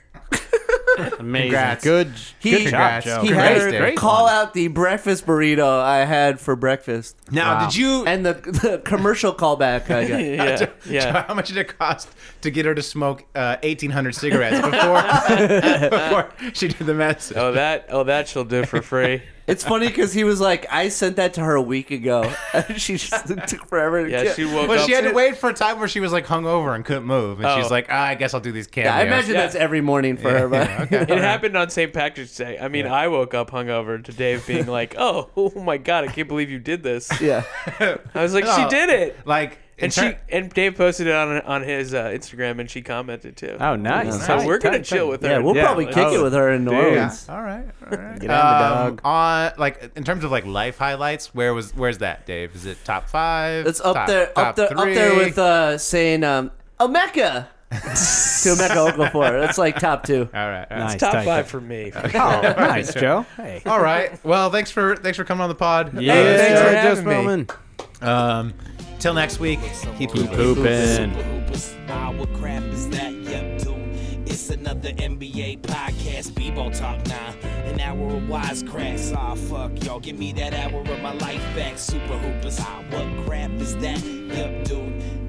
Amazing. Congrats. Good. He, good Congrats. job, Joe. he Congrats, had her Dave. call out the breakfast burrito I had for breakfast, Now, Wow. did you? and the, the commercial callback I got. Yeah, yeah. How much did it cost to get her to smoke uh, 1,800 cigarettes before, before she did the message? Oh that, oh that she'll do for free. It's funny because he was like, I sent that to her a week ago. And she just it took forever to Yeah, get- she woke Well, up. she had to wait for a time where she was like hungover and couldn't move, and she's Oh. like, ah, "I guess I'll do these cameos." Yeah, I imagine Yeah. that's every morning for her. But It happened on St. Patrick's Day. I mean, I woke up hungover to Dave being like, "Oh, oh my god, I can't believe you did this." yeah, I was like, "She No. did it." like, in and she ter- and Dave posted it on on his uh, Instagram, and she commented too. Oh, nice. So Tight, we're gonna tight, chill tight. with her. yeah, we'll Yeah. probably kick it Oh, with her in New dude. Orleans. all right, all right. Get on the Um, dog. on like in terms of like life highlights, where was where's that, Dave? Is it top five? It's up Top- there, top up there, up there three? with uh, saying um, Omeka to Omeka Okafor. That's like top two. all right, all right. Nice. Top tight. five for me. Oh, nice, Joe. Hey. All right. Well, thanks for thanks for coming on the pod. Yeah, Uh, thanks for Joe having me. Spellman. Um, till next week, keep pooping. Poopin'. Nah, what crap is that? Yep, dude. It's another NBA podcast, B-ball talk now. An hour of wisecracks. Ah, fuck y'all. Give me that hour of my life back. Super hoopers. Ah, what crap is that? Yep, dude.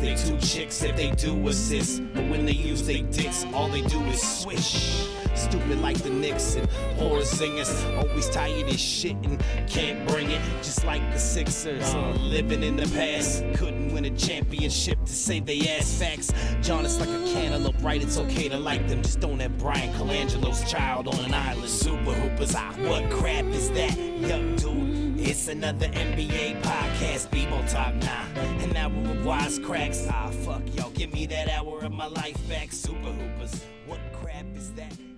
they two chicks if they do assist. But when they use they dicks, all they do do is swish. Stupid like the Knicks and horror singers. Always tired of shit and can't bring it. Just like the Sixers, uh, living in the past. Couldn't win a championship to save they ass facts. John is like a cantaloupe, right? It's okay to like them. Just don't have Brian Colangelo's child on an island. Super Hoopers, ah, what crap is that? Yup, dude. It's another NBA podcast, B-Ball Talk Nah. An hour of wisecracks, ah, fuck y'all. Give me that hour of my life back, Super Hoopers. What crap is that?